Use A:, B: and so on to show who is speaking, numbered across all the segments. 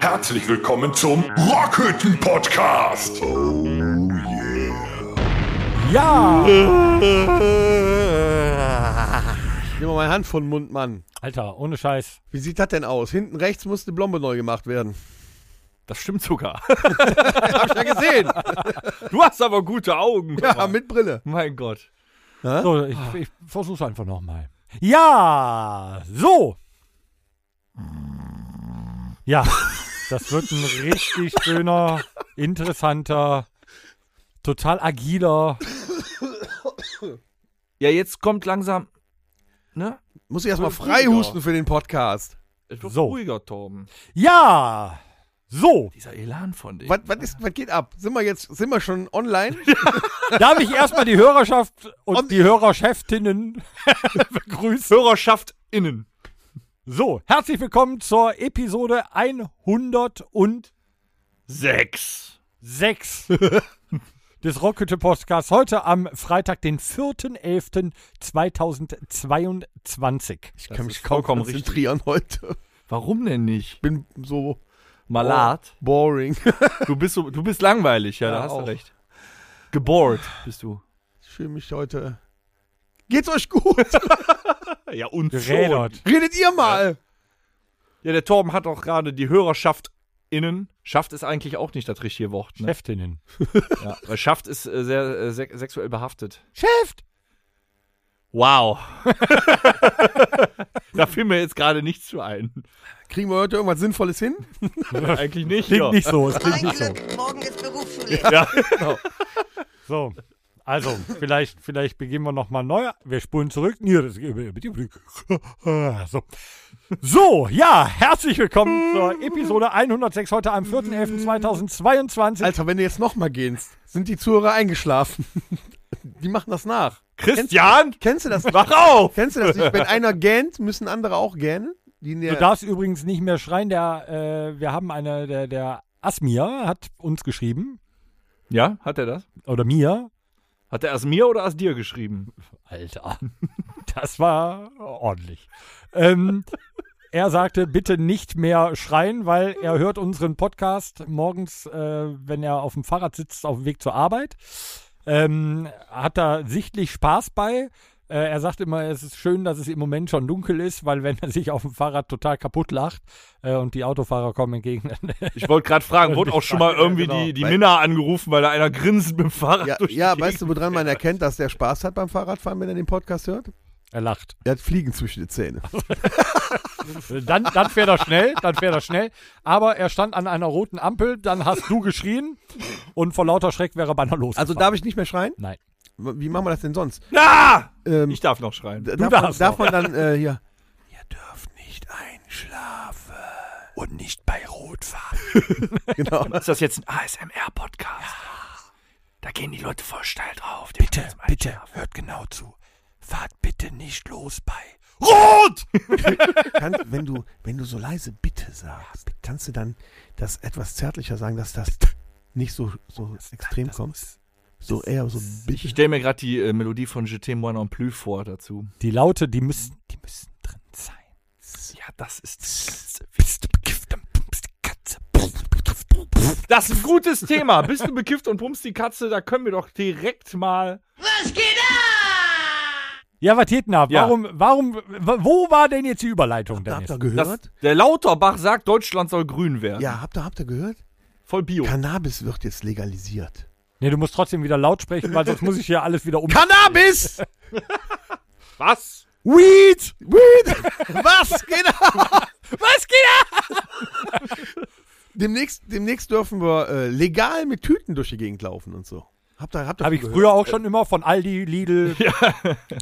A: Herzlich willkommen zum Rockhütten Podcast. Oh
B: Ja!
C: Nimm mal meine Hand von den Mund, Mann.
B: Alter, ohne Scheiß.
C: Wie sieht das denn aus? Hinten rechts muss eine Blombe neu gemacht werden.
D: Das stimmt sogar.
C: Hab ich ja gesehen.
D: Du hast aber gute Augen.
C: Ja, mit Brille.
D: Mein Gott.
B: So, ich, ich versuch's einfach nochmal. Ja! So! Ja, das wird ein richtig schöner, interessanter, total agiler.
D: Ja, jetzt kommt langsam. Ne?
C: Muss ich erstmal frei husten für den Podcast.
D: Es
B: So.
D: ruhiger, Torben.
B: Ja! So!
D: Dieser Elan von dir.
C: Was, was, ist, was geht ab? Sind wir jetzt sind wir schon online?
B: Darf ich erstmal die Hörerschaft und,
C: Und-
B: die Hörerschäftinnen begrüßen?
D: Hörerschaft innen.
B: So, herzlich willkommen zur Episode 106.
D: Sechs.
B: des Rockhütte Podcasts heute am Freitag, den 4.11.2022.
C: Ich
D: Das ist vollkommen
C: konzentrieren heute.
D: Warum denn nicht?
C: Bin so
D: Malat.
C: boring.
D: Oh. Du bist so, du bist langweilig, ja,
C: Ja,
D: da hast du
C: auch.
D: recht. Gebored bist du.
C: Ich fühle mich heute. Geht's euch gut?
D: Ja, und
B: Gerädert.
C: Redet ihr mal.
D: Ja, der Torben hat auch gerade die Hörerschaft innen. Schafft ist eigentlich auch nicht das richtige Wort. Ne?
B: Cheftinnen.
D: Ja, weil Schafft ist äh, sehr äh, se sexuell behaftet.
B: Cheft!
D: Wow. da fiel mir jetzt gerade nichts zu ein.
C: Kriegen wir heute irgendwas Sinnvolles hin?
D: Eigentlich nicht.
B: Klingt nicht so, es klingt
E: Mein
B: nicht so.
E: Glück, morgen ist Berufsschule.
B: So. Also, vielleicht, vielleicht beginnen wir nochmal neu. Wir spulen zurück. Nee, das so. so, ja, herzlich willkommen zur Episode 106 heute am 4.11.2022.
C: Alter, wenn du jetzt nochmal gehst, sind die Zuhörer eingeschlafen. Die machen das nach.
D: Christian,
C: Kennst du das?
D: wach auf!
C: Kennst du das nicht? Wenn einer gähnt, müssen andere auch gähnen. Die ne- in der-
B: Du darfst übrigens nicht mehr schreien, der, äh, wir haben eine, der, der Asmir hat uns geschrieben,
D: Ja, hat er das?
B: oder mir,
D: Hat er erst mir oder erst dir geschrieben?
B: Alter, das war ordentlich. Ähm, er sagte, bitte nicht mehr schreien, weil er hört unseren Podcast morgens, äh, wenn er auf dem Fahrrad sitzt, auf dem Weg zur Arbeit. Ähm, hat da sichtlich Spaß bei. Äh, er sagt immer, es ist schön, dass es im Moment schon dunkel ist, weil wenn er sich auf dem Fahrrad total kaputt lacht äh, und die Autofahrer kommen entgegen, dann
D: Ich wollte gerade fragen, wurde auch schon mal irgendwie
B: Ja, genau.
D: die, die Minna angerufen, weil da einer grinsend mit dem Fahrrad
C: ja,
D: durch die
C: ja
D: Gegend-
C: weißt du, woran man erkennt, dass der Spaß hat beim Fahrradfahren, wenn er den Podcast hört?
B: er lacht.
C: Er hat Fliegen zwischen den Zähnen.
B: Dann, dann fährt er schnell, dann fährt er schnell. Aber er stand an einer roten Ampel, dann hast du geschrien und vor lauter Schreck wäre Banner los.
C: Also darf ich nicht mehr schreien?
B: Nein.
C: Wie machen wir das denn sonst?
D: Ah!
C: Ähm,
D: Ich darf noch schreien.
C: darf, man,
B: darfst
C: darf man dann äh, hier. Ihr dürft nicht einschlafen. Und nicht bei Rot fahren. genau.
D: Ist das jetzt ein ASMR-Podcast? Da gehen die Leute voll steil drauf.
B: bitte, bitte, hört genau zu. Fahrt bitte nicht los bei.
D: Rot!
C: Kann, wenn, du, wenn du so leise bitte sagst, kannst du dann das etwas zärtlicher sagen, dass das nicht so, so extrem kommt? So eher so
D: Ich
C: bitte.
D: stelle mir gerade die äh, Melodie von Je t'aime moi non plus vor dazu.
B: Die Laute, die müssen, die müssen drin sein.
D: Ja, das ist.
B: Bist du bekifft, dann pumpst die Katze.
D: Das ist ein gutes Thema. Bist du bekifft und pumpst die Katze? Da können wir doch direkt mal.
E: Was geht ab?
B: Ja, was geht denn ab?
D: Ja.
B: Warum, warum, w- wo war denn jetzt die Überleitung,
C: Habt ihr
B: Dennis?
D: Das,
C: gehört?
D: der Lauterbach sagt, Deutschland soll grün werden.
B: ähm,
C: Ja, habt ihr, habt ihr gehört?
D: Voll Bio.
C: Cannabis wird jetzt legalisiert.
B: Nee, du musst trotzdem wieder laut sprechen, weil sonst muss ich hier alles wieder um.
C: Cannabis!
D: Was?
C: Weed! Weed! Was? Genau!
B: Was geht ab?
C: Demnächst, demnächst dürfen wir äh, legal mit Tüten durch die Gegend laufen und so. Habt ihr, habt ihr
B: Habe
C: schon
B: ich früher auch schon immer von Aldi, Lidl.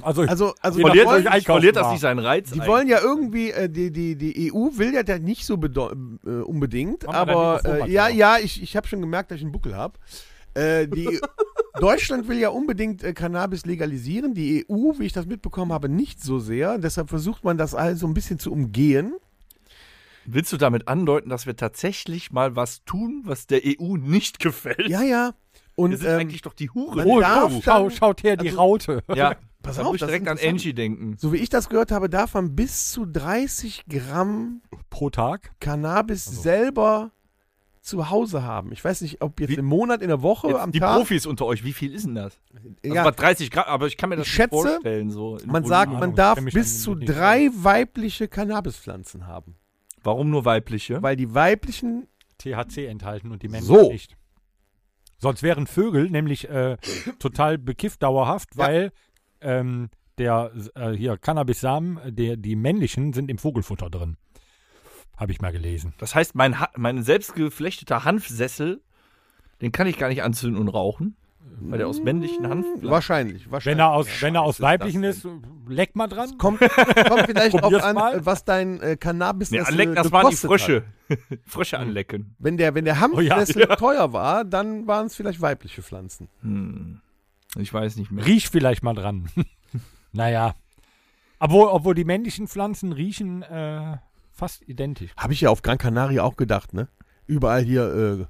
B: Also, ich-
C: Also, also
B: Verliert
C: die
B: euch
C: wollen,
B: ein- einkaufen
D: verliert das
B: war.
D: nicht seinen Reiz?
C: die wollen ja
D: ne?
C: irgendwie, äh, die, die, die EU will ja da nicht so bedeu- äh,
B: Haben
C: unbedingt,
B: wir da
C: aber
B: Mikrofon,
C: äh, ja,
B: Matthias?
C: ja, ich, ich habe schon gemerkt, dass ich einen Buckel habe. Äh, die Deutschland will ja unbedingt äh, Cannabis legalisieren, die EU, wie ich das mitbekommen habe, nicht so sehr. Deshalb versucht man das all so ein bisschen zu umgehen.
D: Willst du damit andeuten, dass wir tatsächlich mal was tun, was der EU nicht gefällt?
C: Ja, ja. Und
D: wir sind
C: ähm,
D: eigentlich doch die Hure. oh.
C: man
B: Oh,
C: darf
B: schau, schau,
C: dann-
B: schaut her, die
C: also-
B: Raute.
D: ja,
C: Pass
D: Da muss ich
C: das ist
D: direkt an
C: interessant.
D: Angie denken.
C: So wie ich das gehört habe, darf man bis zu 30 Gramm
B: pro Tag.
C: Cannabis
D: Also.
C: selber zu Hause haben. Ich weiß nicht, ob jetzt
D: Wie-
C: im Monat, in der Woche,
D: Jetzt
C: am
D: die
C: Tag.
D: Profis unter euch, wie viel ist denn das? Also
C: ja,
D: bei 30 Grad, aber ich kann mir das
C: Ich
D: nicht
C: schätze,
D: vorstellen. So in
C: man
D: Volumen.
C: sagt,
B: Ahnung,
C: man
B: ich
C: darf
B: kenn mich
C: bis
B: damit
C: zu
B: nicht
C: drei weibliche Cannabispflanzen haben.
D: Warum nur weibliche?
C: Weil die weiblichen
B: THC enthalten und die Menschen
C: So.
B: nicht. Sonst wären Vögel nämlich äh, total bekifft dauerhaft, weil ähm, der äh, hier Cannabis-Samen, äh, der, die männlichen sind im Vogelfutter drin. Habe ich mal gelesen.
D: Das heißt, mein, ha mein selbst geflechteter Hanfsessel, den kann ich gar nicht anzünden und rauchen, weil der aus männlichen Hanf.
C: Hm, wahrscheinlich,
B: Wenn
C: wahrscheinlich.
B: er aus, wenn er aus
D: ist
B: weiblichen
D: das
B: ist, leck mal dran.
C: kommt, kommt vielleicht auch
B: Probier's
C: an,
B: mal.
C: äh, was dein äh, Cannabis
D: Nee, anlecken, das waren die Frösche. Frösche anlecken.
C: Wenn der, wenn der
B: Oh ja.
C: Hanfsessel teuer war, dann waren es vielleicht weibliche Pflanzen.
D: Hm. Ich weiß nicht mehr.
B: Riech vielleicht mal dran. naja. Obwohl, obwohl die männlichen Pflanzen riechen äh, fast identisch.
C: Habe ich ja auf Gran Canaria auch gedacht, ne? Überall hier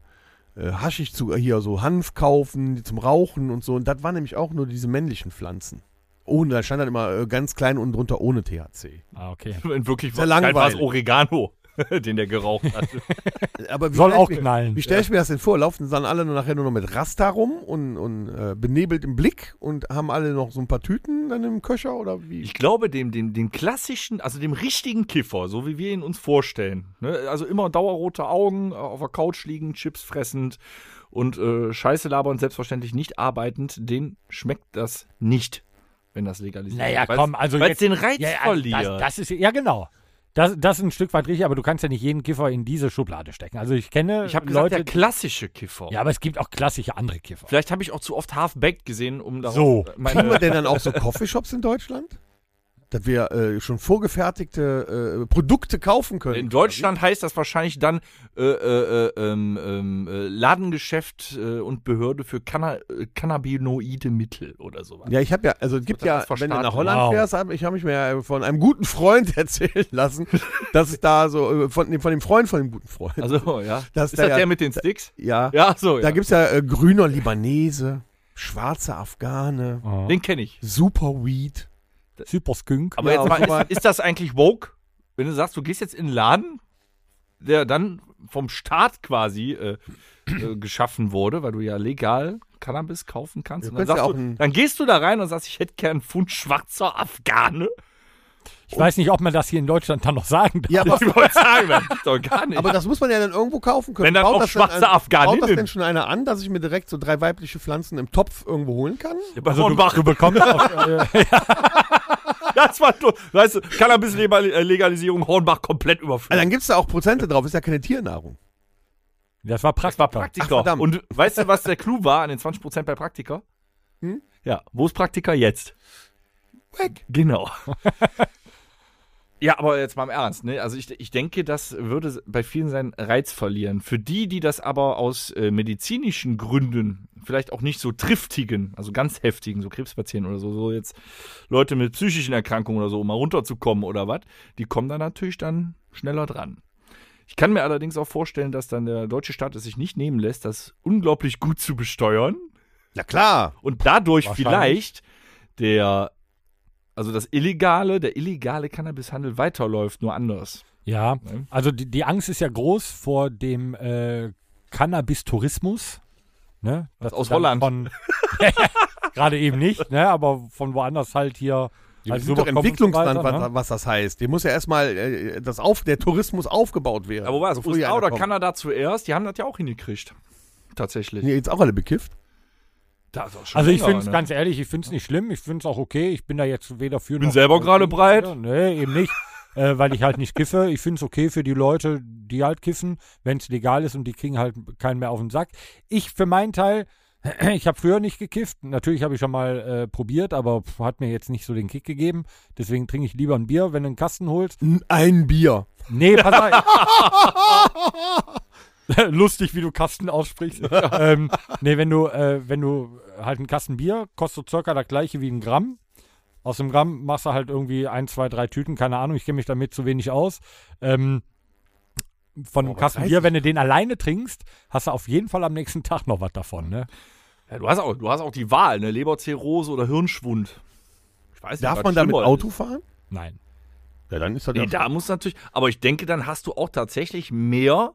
C: äh, äh, Haschig zu, hier so Hanf kaufen zum Rauchen und so. Und das waren nämlich auch nur diese männlichen Pflanzen. Ohne, da stand dann immer äh, ganz klein und drunter ohne THC.
B: Ah, okay.
D: In
C: Sehr
D: Wirklichkeit war es
C: langweilig.
D: Oregano, den der geraucht hat.
C: Aber wie
B: Soll
C: stell ich
B: auch
C: mir,
B: knallen.
C: Wie stelle ich mir das denn vor? Laufen dann alle nur nachher nur noch mit Rasta rum und, und äh, benebelt im Blick und haben alle noch so ein paar Tüten dann im Köcher oder wie?
D: Ich glaube, dem, dem, dem klassischen, also dem richtigen Kiffer, so wie wir ihn uns vorstellen. Ne? Also immer dauerrote Augen, äh, auf der Couch liegend, Chips fressend und äh, Scheiße labern, selbstverständlich nicht arbeitend, den schmeckt das nicht, wenn das legalisiert
B: Naja,
D: wird. Weil's-
B: komm, also
D: Weil's
B: jetzt-
D: den Reiz
B: Ja, ja,
D: verliert.
B: Das, das ist, ja, genau. Das, das ist ein Stück weit richtig, aber du kannst ja nicht jeden Kiffer in diese Schublade stecken. Also ich kenne
D: ich habe gesagt,
B: Leute.
D: der klassische Kiffer.
B: ja, aber es gibt auch klassische andere Kiffer.
D: Vielleicht habe ich auch zu oft Half-Baked gesehen, um darauf
B: So.
C: Kriegen wir
D: meine,
C: denn dann auch so Coffeeshops in Deutschland? Dass wir äh, schon vorgefertigte äh, Produkte kaufen können.
D: In Deutschland heißt das wahrscheinlich dann äh, äh, äh, ähm, ähm, äh, Ladengeschäft äh, und Behörde für Canna äh, Cannabinoide Mittel oder sowas.
C: Ja, ich habe ja, also es gibt
D: das
C: ja,
D: ist
C: wenn du
D: verstaatlicht.
C: nach Holland
B: Wow.
C: fährst, hab, ich habe mich mir ja von einem guten Freund erzählen lassen, dass es da so, äh, von, dem- von dem Freund von dem guten Freund,
D: Also, ja.
C: Das
D: ist
C: da
D: das
C: ja-
D: der mit den Sticks?
C: ja,
D: Ja, so,
C: da
D: ja.
C: gibt's ja äh, grüner Libanese, schwarzer Afghane,
B: Oh.
D: Den kenne ich.
C: Superweed.
B: Super Skunk.
D: Aber
C: Ja,
D: jetzt mal,
C: aber-
D: ist, ist das eigentlich woke? Wenn du sagst, du gehst jetzt in einen Laden, der dann vom Staat quasi äh, äh, geschaffen wurde, weil du ja legal Cannabis kaufen kannst.
C: Du
D: Und dann,
C: kannst ja
D: sagst
C: auch
D: du,
C: ein-
D: dann gehst du da rein und sagst, ich hätte gern einen Pfund schwarzer Afghane.
B: Ich weiß nicht, ob man das hier in Deutschland dann noch sagen darf.
C: Ja, aber,
D: Ich wollte sagen, das ist doch gar nicht.
C: aber das muss man ja dann irgendwo kaufen können.
D: Wenn dann auch
C: das denn
D: schwarze
C: ein-
D: Afghaninnen.
C: Baut das denn schon einer an, dass ich mir direkt so drei weibliche Pflanzen im Topf irgendwo holen kann?
B: also du, du bekommst auch, äh,
D: das war du, weißt du, Cannabis-Legalisierung Hornbach komplett
C: Ah,
D: überführt.
C: dann gibt's da auch Prozente drauf, ist ja keine Tiernahrung.
B: Das war Praktika.
C: Ach,
D: Praktiker.
C: verdammt.
D: und weißt du, was der Clou war an den 20% bei Praktiker?
C: Hm?
D: Ja, wo ist Praktiker jetzt? Weg. Genau. ja, aber jetzt mal im Ernst. Ne? Also ich, ich denke, das würde bei vielen seinen Reiz verlieren. Für die, die das aber aus äh, medizinischen Gründen vielleicht auch nicht so triftigen, also ganz heftigen, so Krebspatienten oder so, so jetzt Leute mit psychischen Erkrankungen oder so, um mal runterzukommen oder was, die kommen dann natürlich dann schneller dran. Ich kann mir allerdings auch vorstellen, dass dann der deutsche Staat es sich nicht nehmen lässt, das unglaublich gut zu besteuern
C: Na klar.
D: und dadurch
B: Wahrscheinlich.
D: vielleicht der, also das illegale, der illegale Cannabishandel weiterläuft, nur anders.
B: Ja,
D: Ne?
B: also die, die Angst ist ja groß vor dem äh, Cannabis-Tourismus. Ne? Dass
D: aus
B: du dann
D: Holland.
B: Von, gerade eben nicht, ne? aber von woanders halt hier.
C: Wir
B: halt
C: sind doch
B: rüberkommen und so
C: Entwicklungsland,
B: weiter, ne?
C: was, was das heißt. Hier muss ja erstmal äh, das auf, der Tourismus aufgebaut werden.
D: Aber was,
C: Bevor hier
D: USA
C: einer
D: oder
C: kommt.
D: Kanada zuerst, die haben das ja auch hingekriegt. Tatsächlich.
C: Sind die jetzt auch alle bekifft?
D: Das ist auch schon
B: Also ich
D: länger,
B: finde es
D: ne?
B: ganz ehrlich, ich finde es nicht schlimm, ich finde es auch okay, ich bin da jetzt weder für
D: Bin selber gerade breit.
B: Nee, eben nicht, äh, weil ich halt nicht kiffe. Ich finde es okay für die Leute, die halt kiffen, wenn es legal ist und die kriegen halt keinen mehr auf den Sack. Ich für meinen Teil, ich habe früher nicht gekifft, natürlich habe ich schon mal äh, probiert, aber pf, hat mir jetzt nicht so den Kick gegeben. Deswegen trinke ich lieber ein Bier, wenn du einen Kasten holst.
C: Ein Bier.
B: Nee, pass auf. Lustig, wie du Kasten aussprichst. ähm, nee, wenn du, äh, wenn du halt einen Kasten Bier, kostet so circa das gleiche wie ein Gramm. Aus dem Gramm machst du halt irgendwie ein, zwei, drei Tüten, keine Ahnung, ich kenne mich damit zu wenig aus. Ähm, von einem Kasten Bier, wenn du den alleine trinkst, hast du auf jeden Fall am nächsten Tag noch was davon, ne?
D: Ja, du, hast auch, du hast auch die Wahl, ne? Leberzirrhose oder Hirnschwund. weiß nicht,
C: Darf
D: was
C: man damit
D: schlimmer
C: Auto
D: ist.
C: fahren?
B: Nein.
C: Ja, dann ist das
D: Nee,
C: ja.
D: da muss natürlich, aber ich denke, dann hast du auch tatsächlich mehr,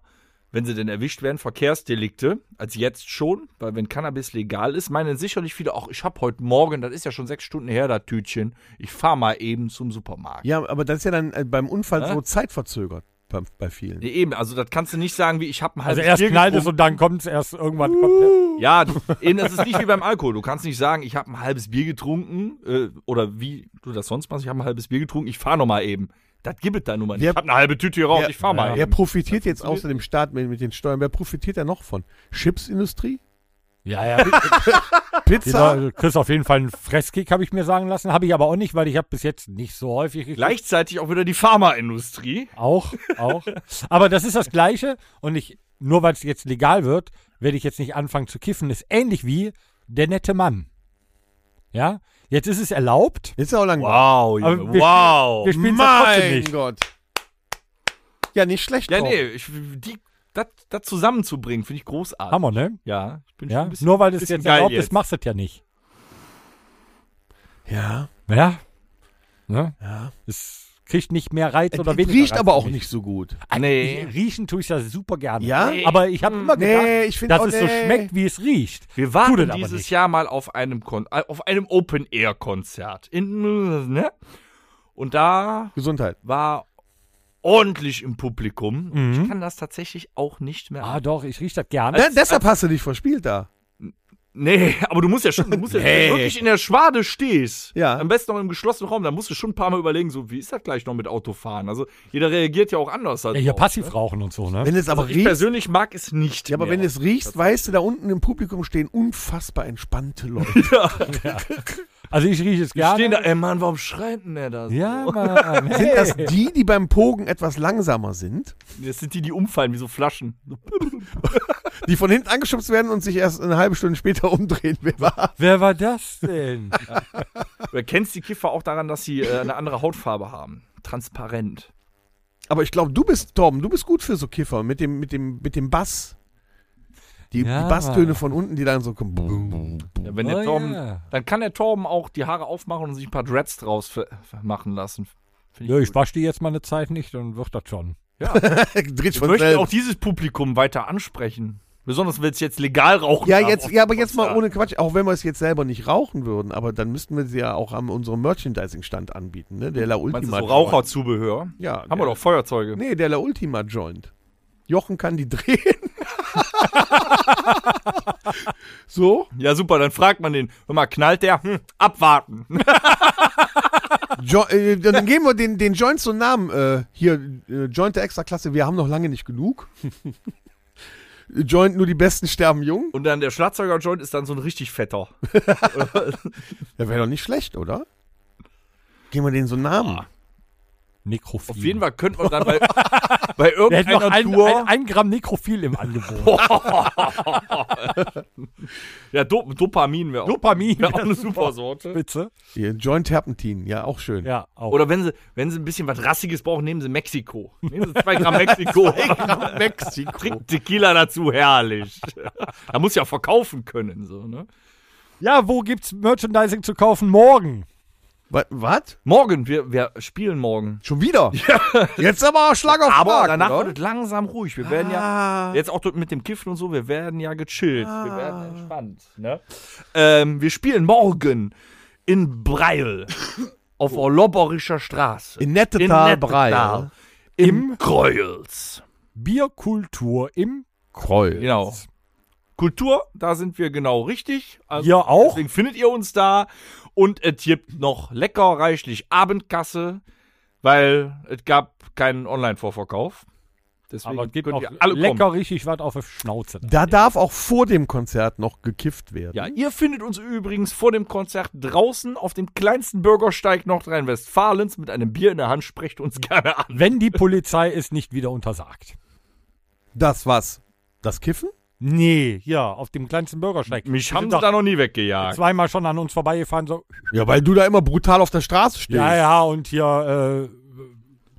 D: wenn sie denn erwischt werden, Verkehrsdelikte als jetzt schon, weil wenn Cannabis legal ist, meinen sicherlich viele auch, ich habe heute Morgen, das ist ja schon sechs Stunden her, das Tütchen, ich fahre mal eben zum Supermarkt.
C: Ja, aber das ist ja dann äh, beim Unfall
D: Hä?
C: so zeitverzögert bei, bei vielen.
D: Nee, eben, also das kannst du nicht sagen, wie ich habe ein
B: Also
D: halbes
B: erst
D: Bier
B: knallt es
D: getrunken. Uh.
B: und dann kommt es erst irgendwann. Kommt der,
D: Ja, du- eben, das ist nicht wie beim Alkohol. Du kannst nicht sagen, ich habe ein halbes Bier getrunken äh, oder wie du das sonst machst, ich habe ein halbes Bier getrunken, ich fahre noch mal eben. Das gibt es da nun mal nicht.
C: Wer-
D: ich habe eine halbe Tüte hier raus,
C: wer-
D: ich fahre mal
C: Wer
D: eben.
C: profitiert jetzt außer dem Staat mit, mit den Steuern? Wer profitiert da noch von? Chipsindustrie?
B: ja, ja,
C: Pizza?
B: Dieser, Chris, Genau, auf jeden Fall einen Fresskick, habe ich mir sagen lassen. Habe ich aber auch nicht, weil ich habe bis jetzt nicht so häufig gekriegt.
D: Gleichzeitig auch wieder die Pharmaindustrie.
B: Auch, auch. Aber das ist das Gleiche. Und ich, nur weil es jetzt legal wird, werde ich jetzt nicht anfangen zu kiffen. Ist ähnlich wie der nette Mann. Ja? Jetzt ist es erlaubt.
C: Ist ja auch lang.
D: Wow, Junge,
B: Aber wir
D: wow.
B: Wir spielen es ja trotzdem
C: Mein
B: nicht.
C: Gott. Ja, nicht schlecht.
D: ja,
B: Oh.
C: drauf.
D: nee, ich, die, das, das zusammenzubringen, finde ich großartig.
B: Hammer, ne?
D: Ja, ich bin schon
B: Ja?
D: ein bisschen.
B: Nur weil es
D: bisschen
B: jetzt
D: geil
B: erlaubt ist,
D: jetzt.
B: machst du es ja nicht.
C: Ja,
B: Ja? Ne?
C: ja.
B: Es kriegt nicht mehr Reiz
C: Es
B: oder weniger.
C: riecht
B: Reiz
C: aber
B: für
C: auch
B: mich.
C: nicht so gut.
D: Ah, nee,
B: Ich, riechen tue ich ja super gerne.
C: Ja?
B: Aber ich habe immer gedacht,
C: Nee, ich finde
B: dass
C: auch-
B: es so
C: nee.
B: schmeckt, wie es riecht.
D: Wir
B: Tut es
D: waren
B: aber
D: dieses
B: nicht.
D: Jahr mal auf einem, Kon äh, auf einem Open-Air-Konzert. In, ne? Und da
C: Gesundheit.
D: war ordentlich im Publikum. Und Ich kann das tatsächlich auch nicht mehr.
B: Mhm. Ah, doch, ich rieche das gerne.
C: Da, Ne, deshalb hast du dich verspielt da.
D: Nee, aber du musst ja schon, du musst ja, wenn du wirklich in der Schwade stehst.
C: Ja.
D: Am besten noch im geschlossenen Raum, da musst du schon ein paar Mal überlegen, so, wie ist das gleich noch mit Autofahren? Also, jeder reagiert ja auch anders. Halt
B: Ja, hier
D: drauf.
B: passiv rauchen und so, ne?
C: Wenn du es aber
D: Also, ich
C: riechst.
D: persönlich mag es nicht.
C: Ja, aber
D: mehr.
C: wenn du es riechst, weißt du, da unten im Publikum stehen unfassbar entspannte Leute.
B: also ich rieche es
D: Die
B: gerne.
D: stehen da, ey Mann, warum schreit denn der da so?
B: ja, Mann.
C: Sind
B: Hey.
C: das die, die beim Pogen etwas langsamer sind,
D: Das sind die, die umfallen wie so Flaschen.
C: die von hinten angeschubst werden und sich erst eine halbe Stunde später umdrehen? Wer war?
B: Wer war das denn?
D: Du erkennst die Kiffer auch daran, dass sie äh, eine andere Hautfarbe haben. Transparent.
C: Aber ich glaube, du bist, Tom, du bist gut für so Kiffer mit dem, mit dem, mit dem Bass. Die,
B: Ja.
C: die Basstöne von unten, die dann so kommen. Bum, bum, bum.
D: Ja, wenn der
B: Oh,
D: Torben,
B: ja.
D: Dann kann der Torben auch die Haare aufmachen und sich ein paar Dreads draus ver- machen lassen. Find
B: ja, ich
D: gut.
B: wasche die jetzt mal eine Zeit nicht, dann wird das schon.
C: Dreht
D: Ich
C: von
D: möchte auch
C: selbst.
D: dieses Publikum weiter ansprechen. Besonders wenn es jetzt legal rauchen.
C: Ja,
D: darf
C: jetzt,
D: auf
C: ja, aber
D: dem
C: jetzt mal
D: Konzert.
C: ohne Quatsch, auch wenn wir es jetzt selber nicht rauchen würden, aber dann müssten wir sie ja auch an unserem Merchandising-Stand anbieten, ne? Der La Ultima.
D: Meinst du so
C: Joint.
D: Raucherzubehör?
C: Ja,
D: Haben
C: der-
D: wir doch Feuerzeuge.
C: Nee, der La Ultima Joint. Jochen kann die drehen. so,
D: Ja, super, dann fragt man den. Hör mal, knallt der? Hm, abwarten.
C: jo äh, dann geben wir den, den Joints so einen Namen. Äh, hier, äh, Joint der Extraklasse, wir haben noch lange nicht genug. Joint nur die Besten sterben jung.
D: Und dann der Schlagzeuger-Joint ist dann so ein richtig fetter.
C: Ja, wäre doch nicht schlecht, oder? Geben wir den so einen Namen.
B: Nekrophil.
D: Auf jeden Fall könnten wir dann bei, bei
B: Wir hätten Hm. noch
D: irgendeiner
B: ein,
D: Tour.
B: ein, ein Gramm Nekrophil im Angebot.
D: ja, Dop Dopamin wäre auch,
B: Dopamin.
D: wär auch eine super Sorte.
B: Spitze.
C: Hier, Joint Terpentin, ja, auch schön.
B: Ja, auch.
D: Oder wenn sie, wenn sie ein bisschen was Rassiges brauchen, nehmen sie Mexiko. Nehmen sie zwei Gramm Mexiko.
C: Mexiko.
D: Trink Tequila dazu, herrlich. da muss ja auch verkaufen können, so, ne?
B: ja, wo gibt's Merchandising zu kaufen? Morgen.
C: Was?
D: Morgen, wir, wir spielen morgen.
C: Schon wieder? Jetzt aber Schlag auf
D: Aber
C: Schlag,
D: danach
C: oder?
D: wird es langsam ruhig. Wir werden
C: Ah.
D: ja, jetzt auch dort mit dem Kiffen und so, wir werden ja gechillt. Wir werden entspannt, ne? Ähm, wir spielen morgen in Breil. auf Orlobberischer Straße.
C: In Nettetal, Breil.
D: Im Kreuz.
B: Bierkultur im
C: Kreuz.
D: Genau. Kultur, da sind wir genau richtig. Also
B: Ihr auch?
D: Deswegen findet ihr uns da. Und es gibt noch lecker reichlich Abendkasse, weil es gab keinen Online-Vorverkauf. Deswegen
B: Aber es gibt
D: könnt
B: auch
D: ihr alle
B: lecker
D: kommen.
B: richtig was auf der Schnauze.
C: Da darf auch vor dem Konzert noch gekifft werden.
D: Ja, ihr findet uns übrigens vor dem Konzert draußen auf dem kleinsten Bürgersteig Nordrhein-Westfalens mit einem Bier in der Hand. Sprecht uns gerne an.
B: Wenn die Polizei es nicht wieder untersagt.
C: Das was? Das Kiffen?
B: Nee, ja, auf dem kleinsten Bürgersteig.
D: Mich
B: Die
D: haben
B: sind
D: sie
B: doch
D: da noch nie weggejagt.
B: zweimal schon an uns vorbeigefahren, so,
C: Ja, weil du da immer brutal auf der Straße stehst.
B: Ja, ja, und hier äh,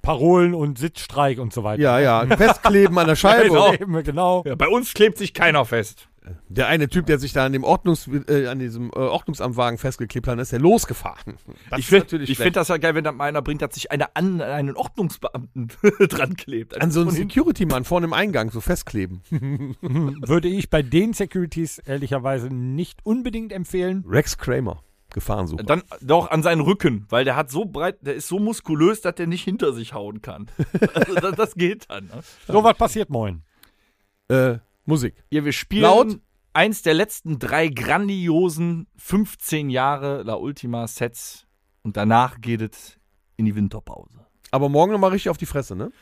B: Parolen und Sitzstreik und so weiter.
C: Ja, ja. Festkleben an der Scheibe.
B: genau. genau.
D: Ja, bei uns klebt sich keiner fest.
C: Der eine Typ, der sich da an dem Ordnungs, äh, an diesem äh, Ordnungsamtwagen festgeklebt hat, ist der losgefahren. Das
D: ich finde
C: natürlich
D: find
C: schlecht.
D: das ja geil, wenn da mal einer bringt, dass sich einer an einen Ordnungsbeamten dran klebt.
C: an so einen
D: Und hin-
C: Security-Mann vorne im Eingang so festkleben.
B: Würde ich bei den Securities ehrlicherweise nicht unbedingt empfehlen.
C: Rex Kramer, Gefahrensuche.
D: dann doch an seinen Rücken, weil der hat so breit, der ist so muskulös, dass der nicht hinter sich hauen kann. Also das, das geht dann. Ne?
B: So was passiert moin.
C: Äh, Musik.
D: Ja, wir spielen
C: Laut.
D: eins der letzten drei grandiosen 15 Jahre La Ultima Sets und danach geht es in die Winterpause.
C: Aber morgen nochmal richtig auf die Fresse, ne?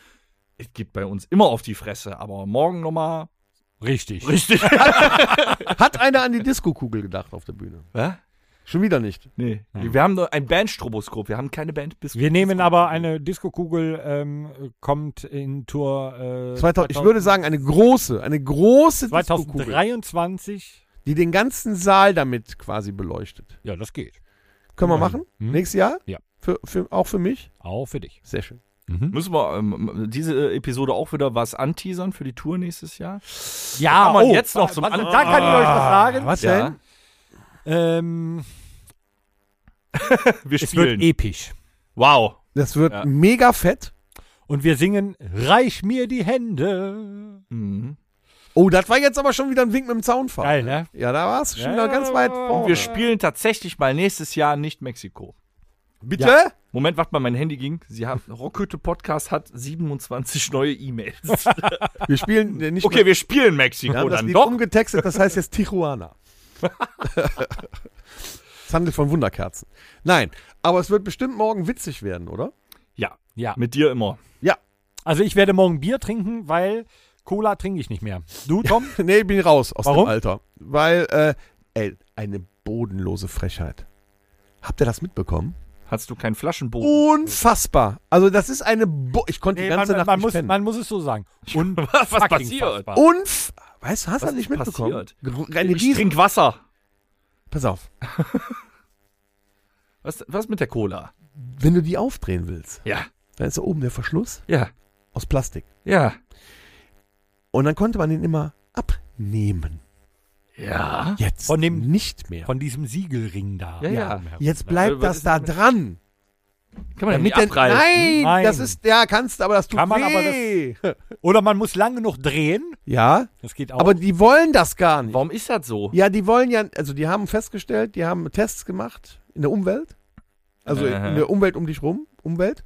D: Es geht bei uns immer auf die Fresse, aber morgen nochmal
B: Richtig.
D: richtig.
C: Hat einer an die Disco-Kugel gedacht auf der Bühne?
D: Hä?
C: Schon wieder nicht.
D: nee, wir haben nur ein Bandstroboskop, wir haben keine Band bis
B: Wir nehmen aber eine Diskokugel, ähm, kommt in Tour äh,
C: 2000, ich würde sagen, eine große, eine große Disco-Kugel,
B: 2023.
C: die den ganzen Saal damit quasi beleuchtet.
B: Ja, das geht.
C: Können wir
B: Immerhin.
C: machen?
B: Hm?
C: Nächstes Jahr?
B: Ja.
C: Für, für, auch für mich?
B: Auch für dich.
C: Sehr schön.
D: Müssen wir ähm, diese Episode auch wieder was anteasern für die Tour nächstes Jahr?
B: Ja,
D: Kann man
C: oh.
D: jetzt noch zum
B: was,
D: An-
B: Da kann ich euch
C: Ah.
B: was sagen.
C: Was
D: Ja.
C: denn?
B: Ähm,
D: Wir
B: es wird E episch.
D: wow.
C: Das wird
D: Ja.
C: mega fett.
B: Und wir singen Reich mir die Hände.
D: Mhm.
C: Oh, das war jetzt aber schon wieder ein Wink mit dem Zaunfall.
B: Geil, ne?
C: Ja, da warst du schon
B: Ja,
C: wieder ganz weit
B: und
C: vorne.
D: Wir spielen tatsächlich mal nächstes Jahr nicht Mexiko.
C: Bitte?
D: Moment, warte mal, mein Handy ging. Sie haben Rockhütte Podcast hat 27 neue E-Mails.
C: Wir spielen äh, nicht
D: Okay, wir spielen Mexiko
C: wir haben das um.
D: dann
C: Lied
D: doch.
C: umgetextet, das heißt jetzt Tijuana. Es handelt von Wunderkerzen. Nein, aber es wird bestimmt morgen witzig werden, oder?
D: Ja,
B: Ja.
D: mit dir immer.
B: Also ich werde morgen Bier trinken, weil Cola trinke ich nicht mehr. Du, Tom?
C: Nee, bin raus aus
B: Warum?
C: dem Alter. Weil, äh, ey, eine bodenlose Frechheit. Habt ihr das mitbekommen?
D: Hast du keinen
C: Oh,
D: Flaschenbogen?
C: Unfassbar. Also das ist eine... Bo ich konnte die
B: Nee,
C: ganze
B: man,
C: Nacht
B: man,
C: nicht
B: muss,
C: pennen. Oh.
B: man muss es so sagen. Und
D: Was
B: fucking
D: passiert?
B: fassbar.
C: Unf... Weißt du, hast du das nicht
D: ist
C: mitbekommen?
D: passiert?
C: Gr- Eine
D: ich
C: riesen...
D: trink Wasser.
C: Pass auf.
D: Was, was mit der Cola?
C: Wenn du die aufdrehen willst,
D: Ja,
C: dann ist da oben der Verschluss
D: ja,
C: aus Plastik.
D: ja.
C: Und dann konnte man den immer abnehmen.
D: Ja.
C: Jetzt
B: Von dem-
C: nicht mehr.
B: Von diesem Siegelring da.
D: Ja, ja.
B: drumherum.
C: Jetzt bleibt
D: Was
C: das
D: ist
C: da
D: denn
C: dran.
D: Kann man
C: Damit
D: damit
C: denn, nein,
B: Nein.
C: das ist, ja, kannst, aber das tut
B: Kann man aber
C: weh.
B: Oder man muss lang genug drehen.
C: ja,
B: Das geht auch.
C: aber die wollen das gar nicht.
D: Warum ist das so?
C: Ja, die wollen ja, also die haben festgestellt, die haben Tests gemacht in der Umwelt. Also in-
D: Aha.
C: in der Umwelt um dich rum, Umwelt.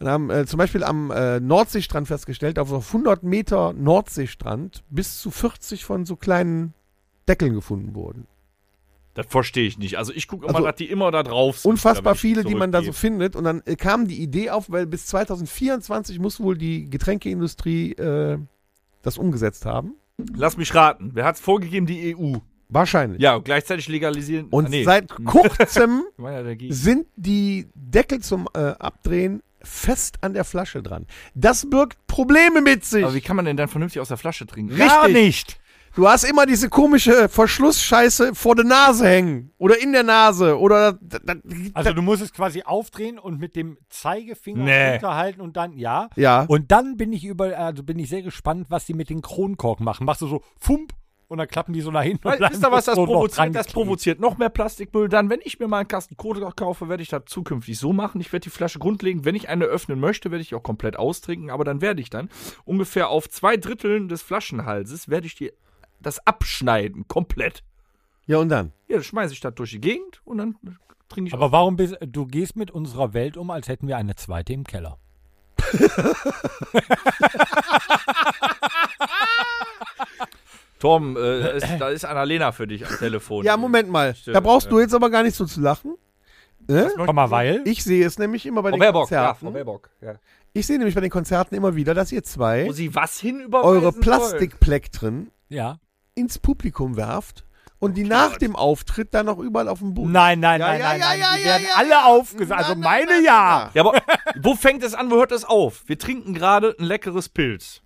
C: Und haben äh, zum Beispiel am äh, Nordseestrand festgestellt, auf auf 100 Meter Nordseestrand bis zu 40 von so kleinen Deckeln gefunden wurden.
D: Das verstehe ich nicht. Also ich gucke immer,
C: Also,
D: dass die immer da drauf sind.
C: Unfassbar
D: damit ich
C: viele, die man da so
D: zurückgebe.
C: findet. Und dann äh, kam die Idee auf, weil bis 2024 muss wohl die Getränkeindustrie äh, das umgesetzt haben.
D: Lass mich raten. Wer hat's vorgegeben? Die E EU.
C: Wahrscheinlich.
D: Ja, und gleichzeitig legalisieren.
C: Und
D: Ah, nee.
C: seit kurzem
D: Ich meine ja dagegen.
C: sind die Deckel zum äh, Abdrehen fest an der Flasche dran. Das birgt Probleme mit sich.
D: Aber wie kann man denn dann vernünftig aus der Flasche trinken?
B: Gar
C: Richtig.
B: nicht.
C: Du hast immer diese komische Verschlussscheiße vor der Nase hängen oder in der Nase oder d- d- d-
B: Also du musst es quasi aufdrehen und mit dem Zeigefinger
D: Nee.
B: unterhalten und dann ja.
C: ja.
B: Und dann bin ich über, also bin ich sehr gespannt, was die mit den Kronkorken machen. Machst du so fump und dann klappen die so nach hinten. und
D: Weil,
B: bleiben
D: wisst ihr, was das
B: so noch dran
D: provoziert? Das
B: geklebt.
D: provoziert noch mehr Plastikmüll. Dann, wenn ich mir mal einen Kasten Cola kaufe, werde ich das zukünftig so machen. Ich werde die Flasche grundlegend, wenn ich eine öffnen möchte, werde ich die auch komplett austrinken. Aber dann werde ich dann ungefähr auf zwei Dritteln des Flaschenhalses werde ich die, das abschneiden. Komplett.
C: ja und dann.
D: Ja, dann schmeiße ich das durch die Gegend und dann trinke ich
B: Aber warum bist du gehst mit unserer Welt um, als hätten wir eine zweite im Keller?
D: Tom, äh, da ist- da ist Annalena für dich am Telefon.
C: Ja, Moment mal.
D: äh,
C: Da brauchst du jetzt aber gar nicht so zu lachen. Ne?
B: Komm mal, weil.
C: Ich sehe es nämlich immer bei
D: Frau
C: den
D: Baerbock, ja, Frau
C: Konzerten.
D: Baerbock. Ja.
C: ich sehe nämlich bei den Konzerten immer wieder, dass ihr zwei
D: Wo sie was hin überweisen
C: eure
D: sollen.
C: Plastikplektren
B: Ja.
C: ins Publikum werft und
D: Oh
C: die nach dem Auftritt dann noch überall auf dem Boden.
B: Nein, nein,
C: Ja,
B: nein,
C: ja,
B: nein,
C: ja,
B: nein.
C: ja,
B: die
C: ja,
B: werden
C: ja,
B: alle
C: ja.
B: aufgesagt. Also
C: Nein, nein,
B: meine
C: nein, nein,
B: ja.
D: Ja, aber wo fängt es an, wo hört es auf? Wir trinken gerade ein leckeres Pilz.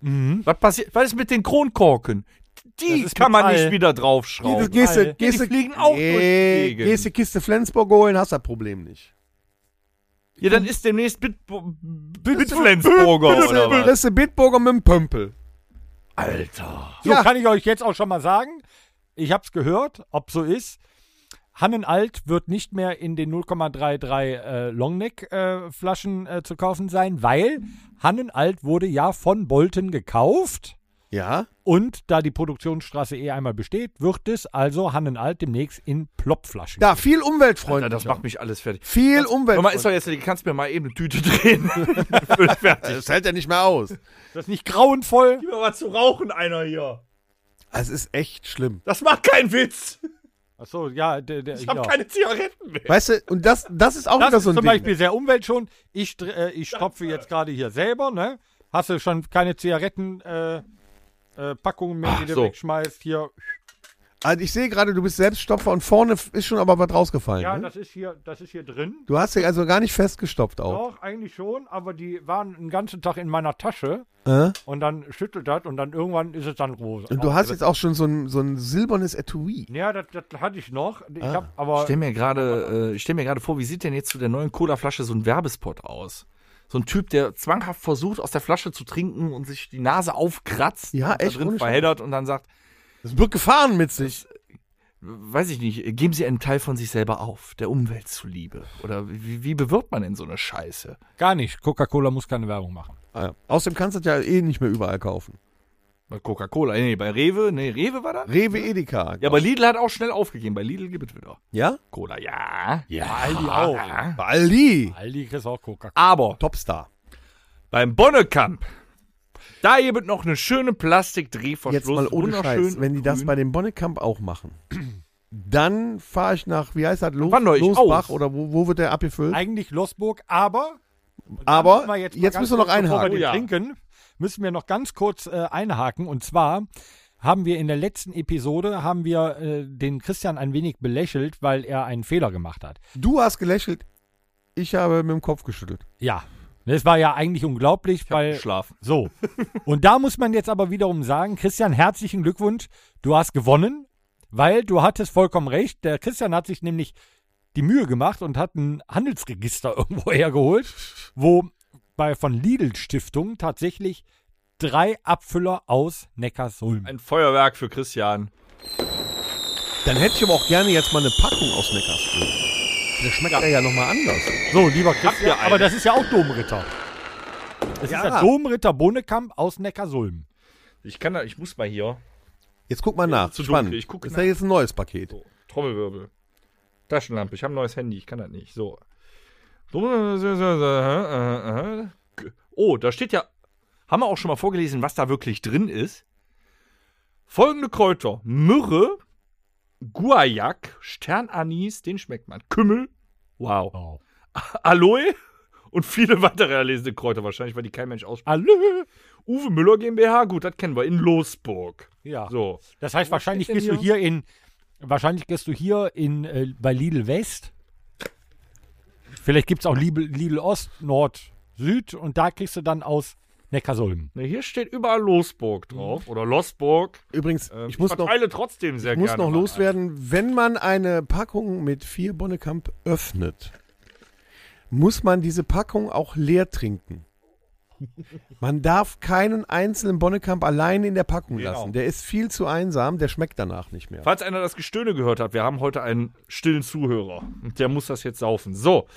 D: Was passiert? Was ist mit den Kronkorken?
B: Mhm.
D: Die
B: Das ist
D: kann man
B: Metall.
D: nicht wieder
C: Gehst,
D: draufschrauben.
B: Jedes-
C: gehst,
B: Ja, die
C: gehst,
D: fliegen auch durch die
C: nee,
D: Gegend.
C: gehst du Kiste Flensburg holen, hast das Problem nicht.
D: Ja, dann ist demnächst Bit Bitflensburger
C: Kriegst du-
D: oder was?
C: kriegst du Bitburger mit dem Pömpel.
D: Alter.
B: So
C: Ja.
B: kann ich euch jetzt auch schon mal sagen. Ich habe es gehört, ob so ist. Hannenalt wird nicht mehr in den 0,33 äh, Longneck-Flaschen äh, zu kaufen sein, weil Hannenalt wurde ja von Bolton gekauft.
C: Ja?
B: Und da die Produktionsstraße eh einmal besteht, wird es also Hannenalt demnächst in Ploppflaschen.
C: Da, viel Umweltfreunde.
D: Alter, das macht mich alles fertig.
C: viel
D: Hör mal, ist doch
C: Umweltfreunde.
D: jetzt, kannst du mir mal eben eine Tüte drehen? Ich bin fertig.
C: Das hält ja nicht mehr aus.
B: Ist das nicht grauenvoll?
D: Gib mir mal zu rauchen, einer hier.
C: Es ist echt schlimm.
D: Das macht keinen Witz.
B: Achso, ja. Der, der,
D: Ich habe keine Zigaretten mehr.
C: Weißt du, und das, das ist auch
B: Das
C: wieder
B: ist
C: so ein
B: zum
C: Ding.
B: Beispiel sehr umweltschonend. Ich, str- äh, ich stopfe jetzt gerade hier selber, ne? Hast du schon keine Zigarettenpackungen äh, äh, Packungen mehr, die du
D: so.
B: wegschmeißt? Hier.
C: Also ich sehe gerade, du bist Selbststopfer und vorne f- ist schon aber was rausgefallen.
B: Ja,
C: ne?
B: das ist hier, das ist hier drin.
C: Du hast dich also gar nicht festgestopft auch.
B: Doch, eigentlich schon, aber die waren den ganzen Tag in meiner Tasche
C: Äh?
B: und dann schüttelt das und dann irgendwann ist es dann rosa.
C: Und du hast jetzt auch schon so ein, so ein silbernes Etui.
B: Ja, das, das hatte ich noch. Ich hab aber.
D: Ich stell mir gerade, äh, ich stell mir gerade vor, wie sieht denn jetzt zu der neuen Cola-Flasche so ein Werbespot aus? So ein Typ, der zwanghaft versucht, aus der Flasche zu trinken und sich die Nase aufkratzt,
C: Ja,
D: und
C: echt,
D: da drin
C: ohne Scheiß.
D: verheddert und dann sagt,
C: Das wird gefahren mit sich.
D: weiß ich nicht, geben Sie einen Teil von sich selber auf, der Umwelt zuliebe. Oder wie, wie bewirbt man denn so eine Scheiße?
B: Gar nicht. Coca-Cola muss keine Werbung machen.
C: Ah, ja. Außerdem kannst du das ja eh nicht mehr überall kaufen.
D: Bei Coca-Cola, nee, bei Rewe, nee, Rewe war da?
C: Rewe Edeka.
D: Ja, aber Lidl hat auch schnell aufgegeben. Bei Lidl gibt es wieder
C: Ja?
D: Cola, ja.
B: Ja, Aldi auch.
D: ja.
C: Bei Aldi.
B: Aldi kriegst auch Coca-Cola.
D: Aber
C: Topstar.
D: beim Bonnekamp, da gibt es noch eine schöne Plastikdrehverschluss.
C: Jetzt mal ohne
D: wunderschön
C: Scheiß, wenn die
D: und
C: das
D: grün.
C: bei dem Bonnekamp auch machen, dann fahre ich nach, wie heißt das, Los,
D: Wandere ich
C: Losbach
D: aus.
C: oder wo, wo wird der abgefüllt?
B: Eigentlich Losburg, aber
C: Aber
B: müssen wir
C: jetzt,
B: mal ganz
C: müssen wir noch
B: kurz, bevor
C: einhaken.
B: Wir die
D: Ja.
B: trinken, müssen wir noch ganz kurz äh, einhaken. Und zwar haben wir in der letzten Episode haben wir äh, den Christian ein wenig belächelt, weil er einen Fehler gemacht hat.
C: Du hast gelächelt, ich habe mit dem Kopf geschüttelt.
B: Ja, das war ja eigentlich unglaublich, weil
D: Schlafen.
B: so. Und da muss man jetzt aber wiederum sagen, Christian, herzlichen Glückwunsch, du hast gewonnen, weil du hattest vollkommen recht. Der Christian hat sich nämlich die Mühe gemacht und hat ein Handelsregister irgendwo hergeholt, wo bei von Lidl Stiftung tatsächlich drei Abfüller aus Neckarsulm.
D: Ein Feuerwerk für Christian.
C: Dann hätte ich aber auch gerne jetzt mal eine Packung aus Neckarsulm. Der schmeckt ja, ja nochmal anders.
B: So, lieber Christian,
D: ihr einen?
B: aber das ist ja auch Domritter. Es
C: Ja.
B: ist der Domritter Bohnekamp aus Neckarsulm.
D: Ich kann da, ich muss mal hier.
C: Jetzt guck mal nach.
D: zu
C: Spannend.
D: dunkel, ich gucke
C: ist
D: nach.
C: ja jetzt ein neues Paket.
D: So, Trommelwirbel. Taschenlampe. Ich habe ein neues Handy. Ich kann das nicht. So. Oh, da steht ja. Haben wir auch schon mal vorgelesen, was da wirklich drin ist? Folgende Kräuter: Myrrhe, Guayak, Sternanis, den schmeckt man. Kümmel, wow.
B: Wow.
D: Aloe und viele weitere erlesene Kräuter wahrscheinlich, weil die kein Mensch ausspricht. Aloe. Uwe Müller GmbH, gut, das kennen wir in Losburg.
C: Ah.
B: Ja.
D: So.
B: Das heißt, wahrscheinlich
D: steht denn
B: gehst du hier in, wahrscheinlich gehst du hier in, äh, bei Lidl West. Vielleicht gibt es auch Lidl, Lidl Ost, Nord, Süd und da kriegst du dann aus Neckarsulm.
D: Ne, hier steht überall Losburg drauf oder Losburg.
C: Übrigens,
D: Ähm,
C: Mhm. ich muss noch,
D: verteile trotzdem sehr
C: ich muss
D: gerne.
C: noch
D: mal.
C: loswerden, wenn man eine Packung mit vier Bonnekamp öffnet, muss man diese Packung auch leer trinken. Man darf keinen einzelnen Bonnekamp alleine in der Packung
D: Genau.
C: lassen. Der ist viel zu einsam, der schmeckt danach nicht mehr.
D: Falls einer das Gestöhne gehört hat, wir haben heute einen stillen Zuhörer und der muss das jetzt saufen. So.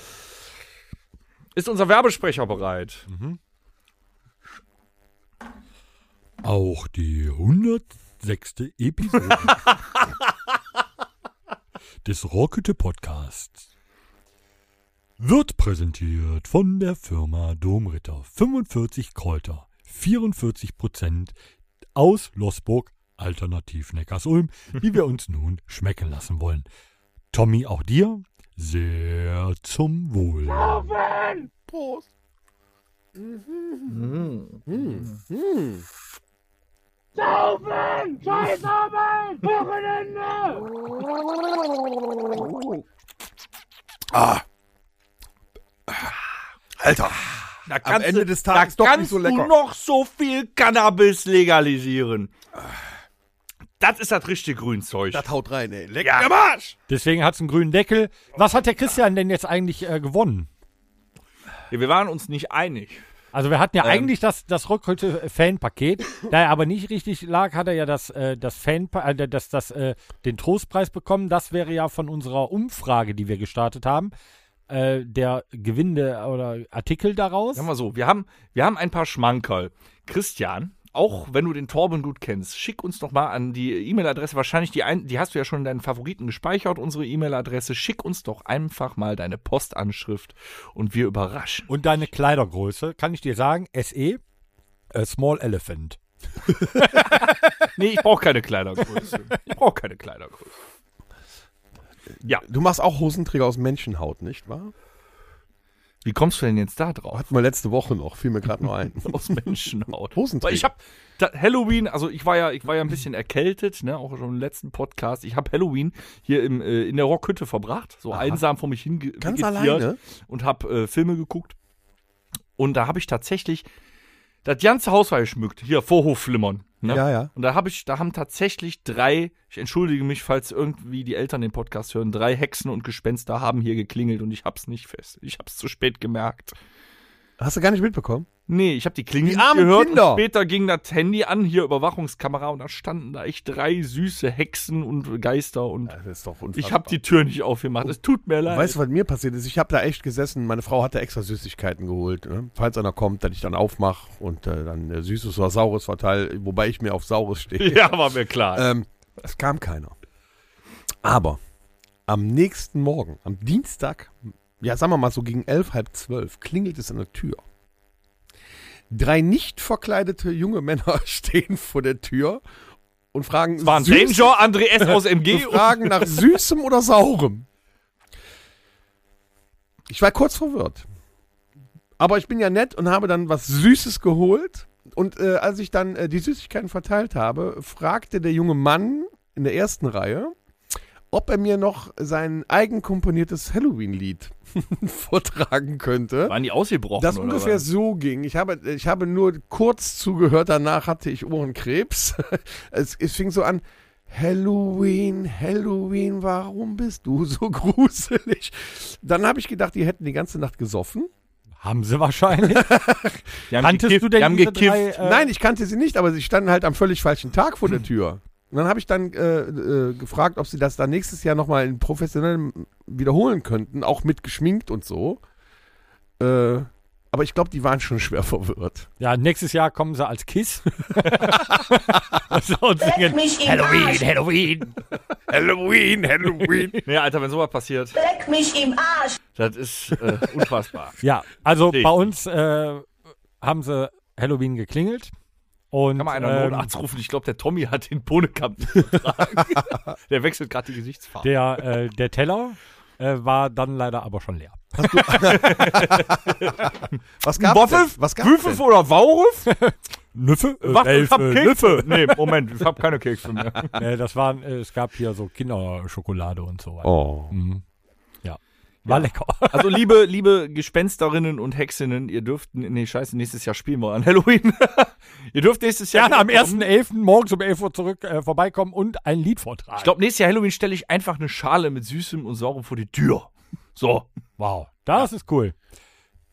D: Ist unser Werbesprecher bereit?
C: Mhm.
B: Auch die 106. Episode des Rockete Podcasts wird präsentiert von der Firma Domritter. 45 Kräuter, 44 Prozent aus Losburg, alternativ Neckarsulm, die wir uns nun schmecken lassen wollen. Tommy, auch dir sehr zum Wohl.
C: Prost. Alter,
D: Da
C: am Ende des Tages
D: da
C: doch nicht
D: kannst
C: so
D: du
C: lecker.
D: noch so viel Cannabis legalisieren. Das ist das richtige Grünzeug.
C: Ah. das haut rein, ey. Lecker.
D: ja. Marsch!
B: Deswegen hat es einen grünen Deckel. äh, Was hat der Christian denn jetzt eigentlich gewonnen?
D: Ja, wir waren uns nicht einig.
B: Also wir hatten
D: Ähm.
B: ja eigentlich das, das Rockhütte-Fan-Paket. da er aber nicht richtig lag, hat er ja das, äh, das Fan äh, das, das, äh, den Trostpreis bekommen. Das wäre ja von unserer Umfrage, die wir gestartet haben, äh, der Gewinde oder Artikel daraus.
D: Sagen wir so, wir haben, wir haben ein paar Schmankerl. Christian, auch wenn du den Torben gut kennst, schick uns doch mal an die E-Mail-Adresse, wahrscheinlich die, ein, die hast du ja schon in deinen Favoriten gespeichert, unsere E-Mail-Adresse. Schick uns doch einfach mal deine Postanschrift und wir überraschen.
B: Und deine Kleidergröße, kann ich dir sagen, SE, äh, Small Elephant.
D: Nee, ich brauche keine Kleidergröße. Ich brauche keine Kleidergröße.
C: Du machst auch Hosenträger aus Menschenhaut, nicht wahr?
D: Wie kommst du denn jetzt da drauf?
C: Hatten wir letzte Woche noch, fiel mir gerade noch ein.
D: Aus Menschenhaut.
C: Hosenträger.
D: Weil ich habe Halloween, also ich war ja, ich war ja ein bisschen erkältet, ne, auch schon im letzten Podcast. Ich habe Halloween hier im, äh, in der Rockhütte verbracht, so einsam vor mich hin
C: Ganz
D: vegetiert
C: alleine?
D: und habe äh, Filme geguckt. Und da habe ich tatsächlich das ganze Haus war geschmückt. Hier Vorhof flimmern. Ne?
C: Ja, ja.
D: Und da habe ich, da haben tatsächlich drei, ich entschuldige mich, falls irgendwie die Eltern den Podcast hören, drei Hexen und Gespenster haben hier geklingelt und ich hab's nicht fest. Ich hab's zu spät gemerkt.
C: Hast du gar nicht mitbekommen?
D: Nee, ich habe die Klingel
C: Die
D: nicht
C: armen
D: gehört
C: Kinder.
D: und später ging das Handy an, hier Überwachungskamera und da standen da echt drei süße Hexen und Geister und
C: Das ist doch
D: ich habe die Tür nicht aufgemacht. Es tut mir leid.
C: Weißt du, was mir passiert ist? Ich habe da echt gesessen. Meine Frau hat da extra Süßigkeiten geholt. Ne? Falls einer kommt, dass ich dann aufmache und äh, dann äh, Süßes oder Saures verteile, wobei ich mir auf Saures stehe.
D: ja, war mir klar.
C: Ähm, es kam keiner. Aber am nächsten Morgen, am Dienstag, ja, sagen wir mal so gegen elf, halb zwölf, klingelt es an der Tür. Drei nicht verkleidete junge Männer stehen vor der Tür und fragen,
D: Es waren
C: "Süß-
D: Danger, André S. aus MG und
C: fragen nach süßem oder saurem. Ich war kurz verwirrt. Aber ich bin ja nett und habe dann was Süßes geholt. Und äh, als ich dann äh, die Süßigkeiten verteilt habe, fragte der junge Mann in der ersten Reihe, ob er mir noch sein eigenkomponiertes Halloween-Lied vortragen könnte.
D: waren die ausgebrochen
C: Das
D: oder
C: ungefähr
D: was?
C: so ging. Ich habe, ich habe nur kurz zugehört, danach hatte ich Ohrenkrebs. Es, es fing so an. Halloween, Halloween, warum bist du so gruselig? Dann habe ich gedacht, die hätten die ganze Nacht gesoffen.
B: Haben sie wahrscheinlich.
D: Die haben
B: Kanntest
D: gekifft,
B: du denn
D: die haben
B: diese
D: gekifft.
B: drei, äh,
C: Nein, ich kannte sie nicht, aber sie standen halt am völlig falschen Tag vor der Tür. Und dann habe ich dann äh, äh, gefragt, ob sie das dann nächstes Jahr nochmal in professionellem wiederholen könnten, auch mit geschminkt und so. Äh, aber ich glaube, die waren schon schwer verwirrt.
B: Ja, nächstes Jahr kommen sie als Kiss. und singen
E: mich im
B: Halloween,
E: Arsch.
B: Halloween.
C: Halloween, Halloween.
D: Nee, Alter, wenn sowas passiert,
E: Leck mich im Arsch.
D: das ist äh, unfassbar.
B: Ja, also
D: Nee.
B: bei uns äh, haben sie Halloween geklingelt. Und,
D: Kann mal einer
B: ähm,
D: Notarzt rufen? Ich glaube, der Tommy hat den Bohnenkampf nicht vertragen. der wechselt gerade die Gesichtsfarbe.
B: der, äh, der Teller äh, war dann leider aber schon leer.
C: Was gab's denn? Was gab's denn?
D: oder Wauruf? äh,
B: Nüffe?
D: Wach, ich hab Kekse. Nee, Moment, ich hab keine Kekse mehr.
B: Nee, das waren, äh, es gab hier so Kinderschokolade und so weiter.
C: Oh.
B: Mhm. Ja. War lecker.
D: Also, liebe, liebe Gespensterinnen und Hexinnen, ihr dürft, nee, scheiße, nächstes Jahr spielen wir an Halloween. ihr dürft nächstes Jahr
B: Gerne am 1.11. morgens um 11 Uhr zurück äh, vorbeikommen und ein Lied vortragen.
D: Ich glaube, nächstes Jahr Halloween stelle ich einfach eine Schale mit Süßem und Saurem vor die Tür. So.
B: Wow, das ist cool.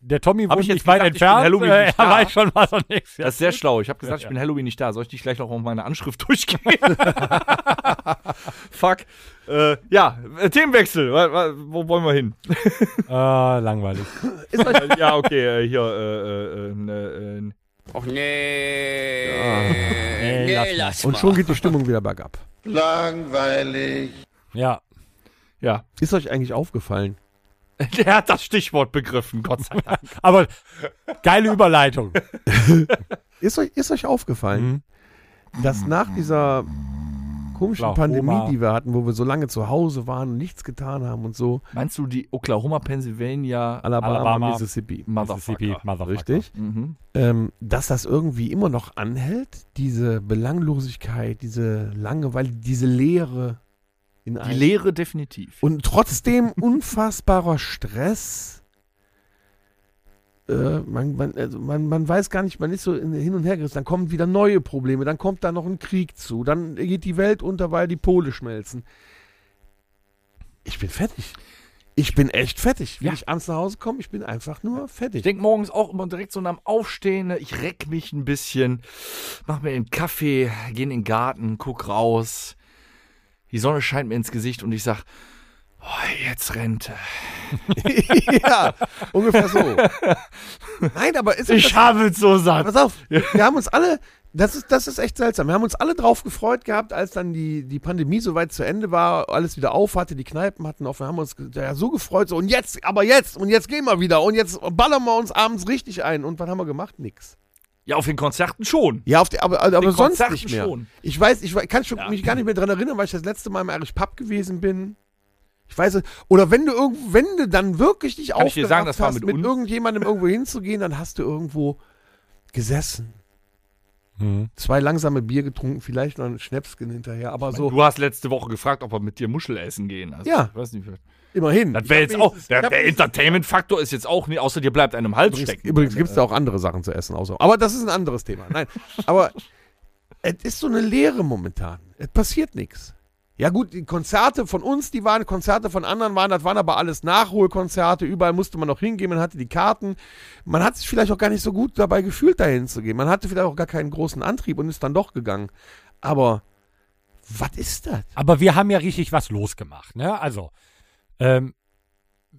B: Der Tommy
D: Hab
B: wurde
D: ich jetzt
B: nicht weit
D: gesagt, ich bin
B: entfernt.
D: Halloween
B: äh,
D: nicht
B: er
D: da.
B: weiß schon, was er nächstes Jahr
D: Das ist sehr schlau. Ich habe gesagt, ich bin Halloween nicht da. Soll ich nicht gleich noch auf meine Anschrift durchgehen? Fuck. Äh, ja, äh, Themenwechsel. Wa- wa- Wo wollen wir hin?
B: Ah, langweilig.
D: Äh, ja, okay, äh, hier. Äh, äh, äh, äh,
B: Äh, Nee, lass mal.
C: Und schon geht die Stimmung wieder bergab.
F: Langweilig.
B: Ja,
D: ja.
C: Ist euch eigentlich aufgefallen?
D: Der hat das Stichwort begriffen, Gott sei Dank.
B: aber geile Überleitung.
C: Ist euch, ist euch
D: Mhm.
C: aufgefallen, dass nach dieser komischen
B: Mhm. Klar,
C: Pandemie,
B: Oma.
C: die wir hatten, wo wir so lange zu Hause waren und nichts getan haben und so,
D: Meinst du die Oklahoma, Pennsylvania,
C: Alabama,
B: Alabama.
C: Mississippi,
B: Mississippi,
D: Motherfucker?
B: Motherfucker.
C: richtig?
D: Mhm.
C: Ähm, dass das irgendwie immer noch anhält, diese Belanglosigkeit, diese Langeweile, diese Leere in
D: Die
C: einem.
D: Lehre definitiv.
C: Und trotzdem unfassbarer Stress. Äh, man, man, also man, man weiß gar nicht, man ist so in, hin und her gerissen. Dann kommen wieder neue Probleme, dann kommt da noch ein Krieg zu, dann geht die Welt unter, weil die Pole schmelzen. Ich bin fertig. Ich bin echt fertig. Wenn
D: Ja.
C: ich abends nach Hause komme, ich bin einfach nur fertig.
D: Ich denke morgens auch immer direkt so nach dem Aufstehen, ne, ich reck mich ein bisschen, mach mir einen Kaffee, geh in den Garten, guck raus. Die Sonne scheint mir ins Gesicht und ich sag, boah, jetzt Rente.
C: ja, ungefähr so. Nein, aber ist das-
D: habe es so satt.
C: Pass auf, wir haben uns alle, das ist, das ist echt seltsam, wir haben uns alle drauf gefreut gehabt, als dann die, die Pandemie soweit zu Ende war, alles wieder auf hatte, die Kneipen hatten auf, wir haben uns ge- ja, so gefreut, so und jetzt, aber jetzt, und jetzt gehen wir wieder, und jetzt ballern wir uns abends richtig ein. Und was haben wir gemacht? Nix.
D: Ja, auf den Konzerten schon.
C: Ja, auf die, aber, also, aber aber sonst
D: Konzerten
C: nicht mehr.
D: schon.
C: Ich weiß, ich we- kann schon,
D: Ja.
C: mich gar nicht mehr dran erinnern, weil ich das letzte Mal im Irish Pub gewesen bin. Ich weiß, es- oder wenn du irgendwo, wenn du dann wirklich dich
D: Kann ich dir sagen,
C: aufgerafft
D: das war
C: hast,
D: mit
C: mit
D: uns?
C: irgendjemandem irgendwo hinzugehen, dann hast du irgendwo gesessen
B: Mhm.
C: zwei langsame Bier getrunken, vielleicht noch ein Schnäpschen hinterher, aber so
D: Du hast letzte Woche gefragt, ob wir mit dir Muschel essen gehen. Also,
C: Ja.
D: Ich weiß nicht, wie-
C: immerhin.
D: das wäre jetzt
C: Ich hab
D: auch,
C: wenigstens- ich
D: der,
C: hab
D: der
C: wenigstens-
D: Entertainment-Faktor ist jetzt auch nicht, außer dir bleibt einem Hals
C: Übrigens,
D: stecken.
C: übrigens gibt es da auch andere Sachen zu essen, außer. Aber das ist ein anderes Thema. Nein, aber es ist so eine Leere momentan. Es passiert nichts. Ja gut, die Konzerte von uns, die waren, Konzerte von anderen waren, das waren aber alles Nachholkonzerte. Überall musste man noch hingehen, man hatte die Karten. Man hat sich vielleicht auch gar nicht so gut dabei gefühlt, dahin zu gehen. Man hatte vielleicht auch gar keinen großen Antrieb und ist dann doch gegangen. Aber was ist das?
B: Aber wir haben ja richtig was losgemacht, ne? Also, ähm,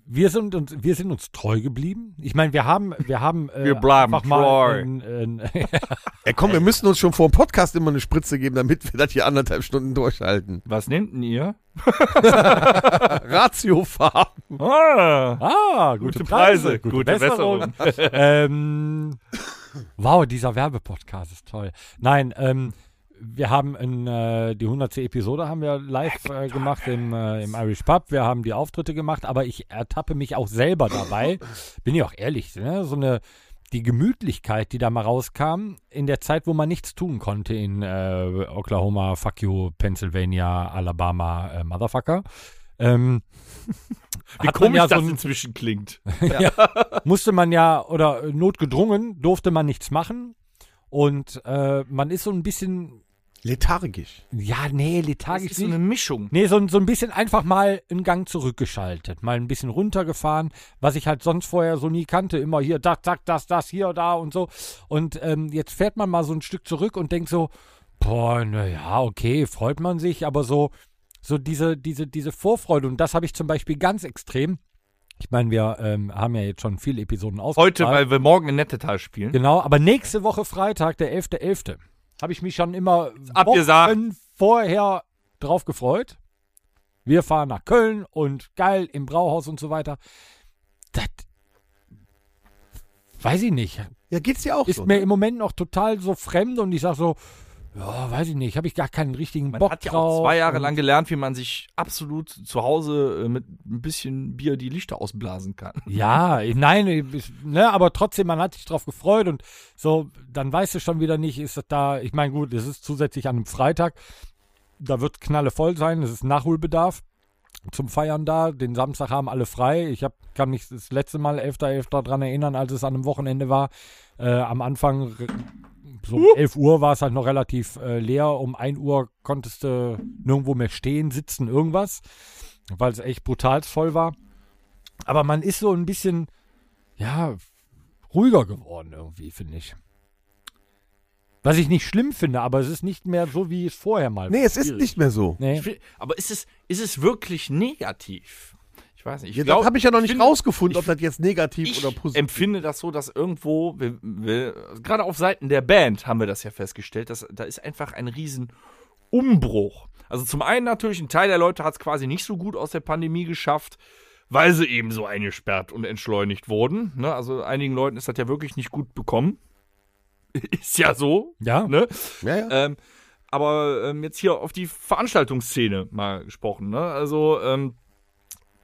B: wir sind uns, wir sind uns treu geblieben. Ich meine, wir haben, wir haben äh,
D: Wir bleiben
B: einfach mal
D: treu.
B: ein- ein-
C: Ja, komm, wir müssen uns schon vor dem Podcast immer eine Spritze geben, damit wir das hier anderthalb Stunden durchhalten.
D: Was nehmt denn ihr?
C: Ratiofarben.
D: Ah,
B: ah, gute, Preise,
D: Besserung.
B: ähm, wow, dieser Werbepodcast ist toll. Nein, ähm, wir haben in, äh, die 100. Episode haben wir live äh, gemacht im, äh, im Irish Pub. Wir haben die Auftritte gemacht, aber ich ertappe mich auch selber dabei. Bin ich auch ehrlich, ne? so eine die Gemütlichkeit, die da mal rauskam, in der Zeit, wo man nichts tun konnte in äh, Oklahoma, fuck you, Pennsylvania, Alabama, äh, Motherfucker. Ähm,
D: Wie
B: hat man
D: komisch
B: ja so
D: das
B: ein-
D: inzwischen klingt.
B: musste man ja, oder äh, notgedrungen, durfte man nichts machen. Und äh, man ist so ein bisschen,
C: Lethargisch.
B: ja, nee,
D: Das
B: lethargisch
D: ist so
B: nicht.
D: eine Mischung.
B: Nee, so, ein- so ein bisschen einfach mal einen Gang zurückgeschaltet, mal ein bisschen runtergefahren, was ich halt sonst vorher so nie kannte. Immer hier, das, das, das, das, hier, da und so. Und ähm, jetzt fährt man mal so ein Stück zurück und denkt so, boah, naja, okay, freut man sich, aber so, so diese, diese, diese Vorfreude. Und das habe ich zum Beispiel ganz extrem. Ich meine, wir ähm, haben ja jetzt schon viele Episoden
D: Heute,
B: ausgestrahlt.
D: weil wir morgen in Nettetal spielen.
B: Genau, aber nächste Woche Freitag, der 11.11., habe ich mich schon immer
D: abgesagt.
B: Wochen vorher drauf gefreut. Wir fahren nach Köln und geil im Brauhaus und so weiter. Das weiß ich nicht.
C: Ja, geht's dir auch
B: Ist
C: so?
D: ne?
B: mir im Moment noch total so fremd und ich sage so, ja, weiß ich nicht, habe ich gar keinen richtigen
D: Man
B: Bock
D: hat ja
B: drauf.
D: auch zwei Jahre
B: und-
D: lang gelernt, wie man sich absolut zu Hause äh, mit ein bisschen Bier die Lichter ausblasen kann.
B: Ja, ich- nein, ich, ne, aber trotzdem, man hat sich drauf gefreut und so, dann weißt du schon wieder nicht, ist das da, ich meine, gut, es ist zusätzlich an einem Freitag, da wird Knalle voll sein, es ist Nachholbedarf zum Feiern da, den Samstag haben alle frei, ich hab, kann mich das letzte Mal 11.11. dran erinnern, als es an einem Wochenende war, äh, am Anfang re- so um 11 Uhr war es halt noch relativ äh, leer, um 1 Uhr konntest du nirgendwo mehr stehen, sitzen, irgendwas, weil es echt brutal voll war. Aber man ist so ein bisschen, ja, ruhiger geworden irgendwie, finde ich. Was ich nicht schlimm finde, aber es ist nicht mehr so, wie es vorher mal
C: nee,
B: war.
C: es ist nicht mehr so.
B: Nee.
D: Ich will- Aber ist es, ist es wirklich negativ? Ich weiß nicht. Ich
C: Ja,
D: glaub-
C: das habe ich ja noch nicht
D: finde-
C: rausgefunden,
D: ich-
C: ob das jetzt negativ
D: Ich
C: oder positiv
D: empfinde das so, dass irgendwo, wir, wir, gerade auf Seiten der Band haben wir das ja festgestellt, dass da ist einfach ein riesen Umbruch. Also zum einen natürlich, ein Teil der Leute hat es quasi nicht so gut aus der Pandemie geschafft, weil sie eben so eingesperrt und entschleunigt wurden. Ne? Also einigen Leuten ist das ja wirklich nicht gut bekommen. Ist ja so.
B: Ja,
D: Ne?
C: Ja, ja.
D: Ähm, aber ähm, jetzt hier auf die Veranstaltungsszene mal gesprochen. Ne? Also, ähm,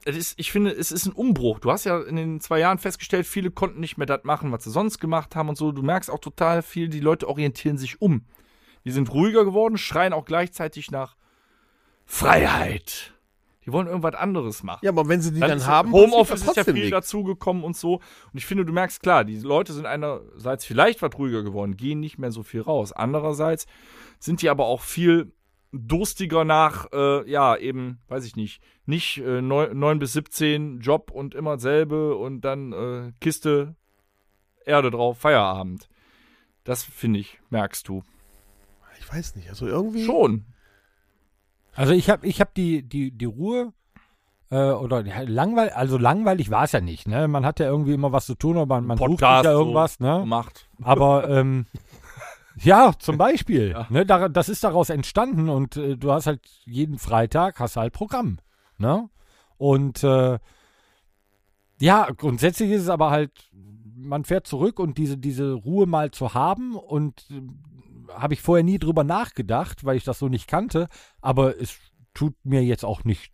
D: es ist, ich finde, es ist ein Umbruch. Du hast ja in den zwei Jahren festgestellt, viele konnten nicht mehr das machen, was sie sonst gemacht haben und so. Du merkst auch total viel, die Leute orientieren sich um. Die sind ruhiger geworden, schreien auch gleichzeitig nach Freiheit. Die wollen irgendwas anderes machen.
C: ja, aber wenn sie die dann,
D: ist-
C: haben, passiert
D: Homeoffice ist ja
C: trotzdem
D: viel
C: nichts.
D: dazugekommen und so. Und ich finde, du merkst klar, die Leute sind einerseits vielleicht was ruhiger geworden, gehen nicht mehr so viel raus. Andererseits sind die aber auch viel durstiger nach, äh, ja, eben, weiß ich nicht, nicht äh, 9, bis 17, Job und immer dasselbe und dann äh, Kiste, Erde drauf, Feierabend. Das finde ich, merkst du.
C: Ich weiß nicht, also irgendwie.
D: Schon.
B: Also ich habe ich hab die, die, die Ruhe äh, oder langweilig, also langweilig war es ja nicht, ne? Man hat ja irgendwie immer was zu tun, aber man, man sucht sich ja
D: so
B: irgendwas, ne?
D: Gemacht.
B: Aber ähm, ja, zum Beispiel.
D: Ja.
B: Ne, da, das ist daraus entstanden und äh, du hast halt jeden Freitag hast halt Programm. Ne? Und äh, ja, grundsätzlich ist es aber halt, man fährt zurück und diese, diese Ruhe mal zu haben und äh, habe ich vorher nie drüber nachgedacht, weil ich das so nicht kannte, aber es tut mir jetzt auch nicht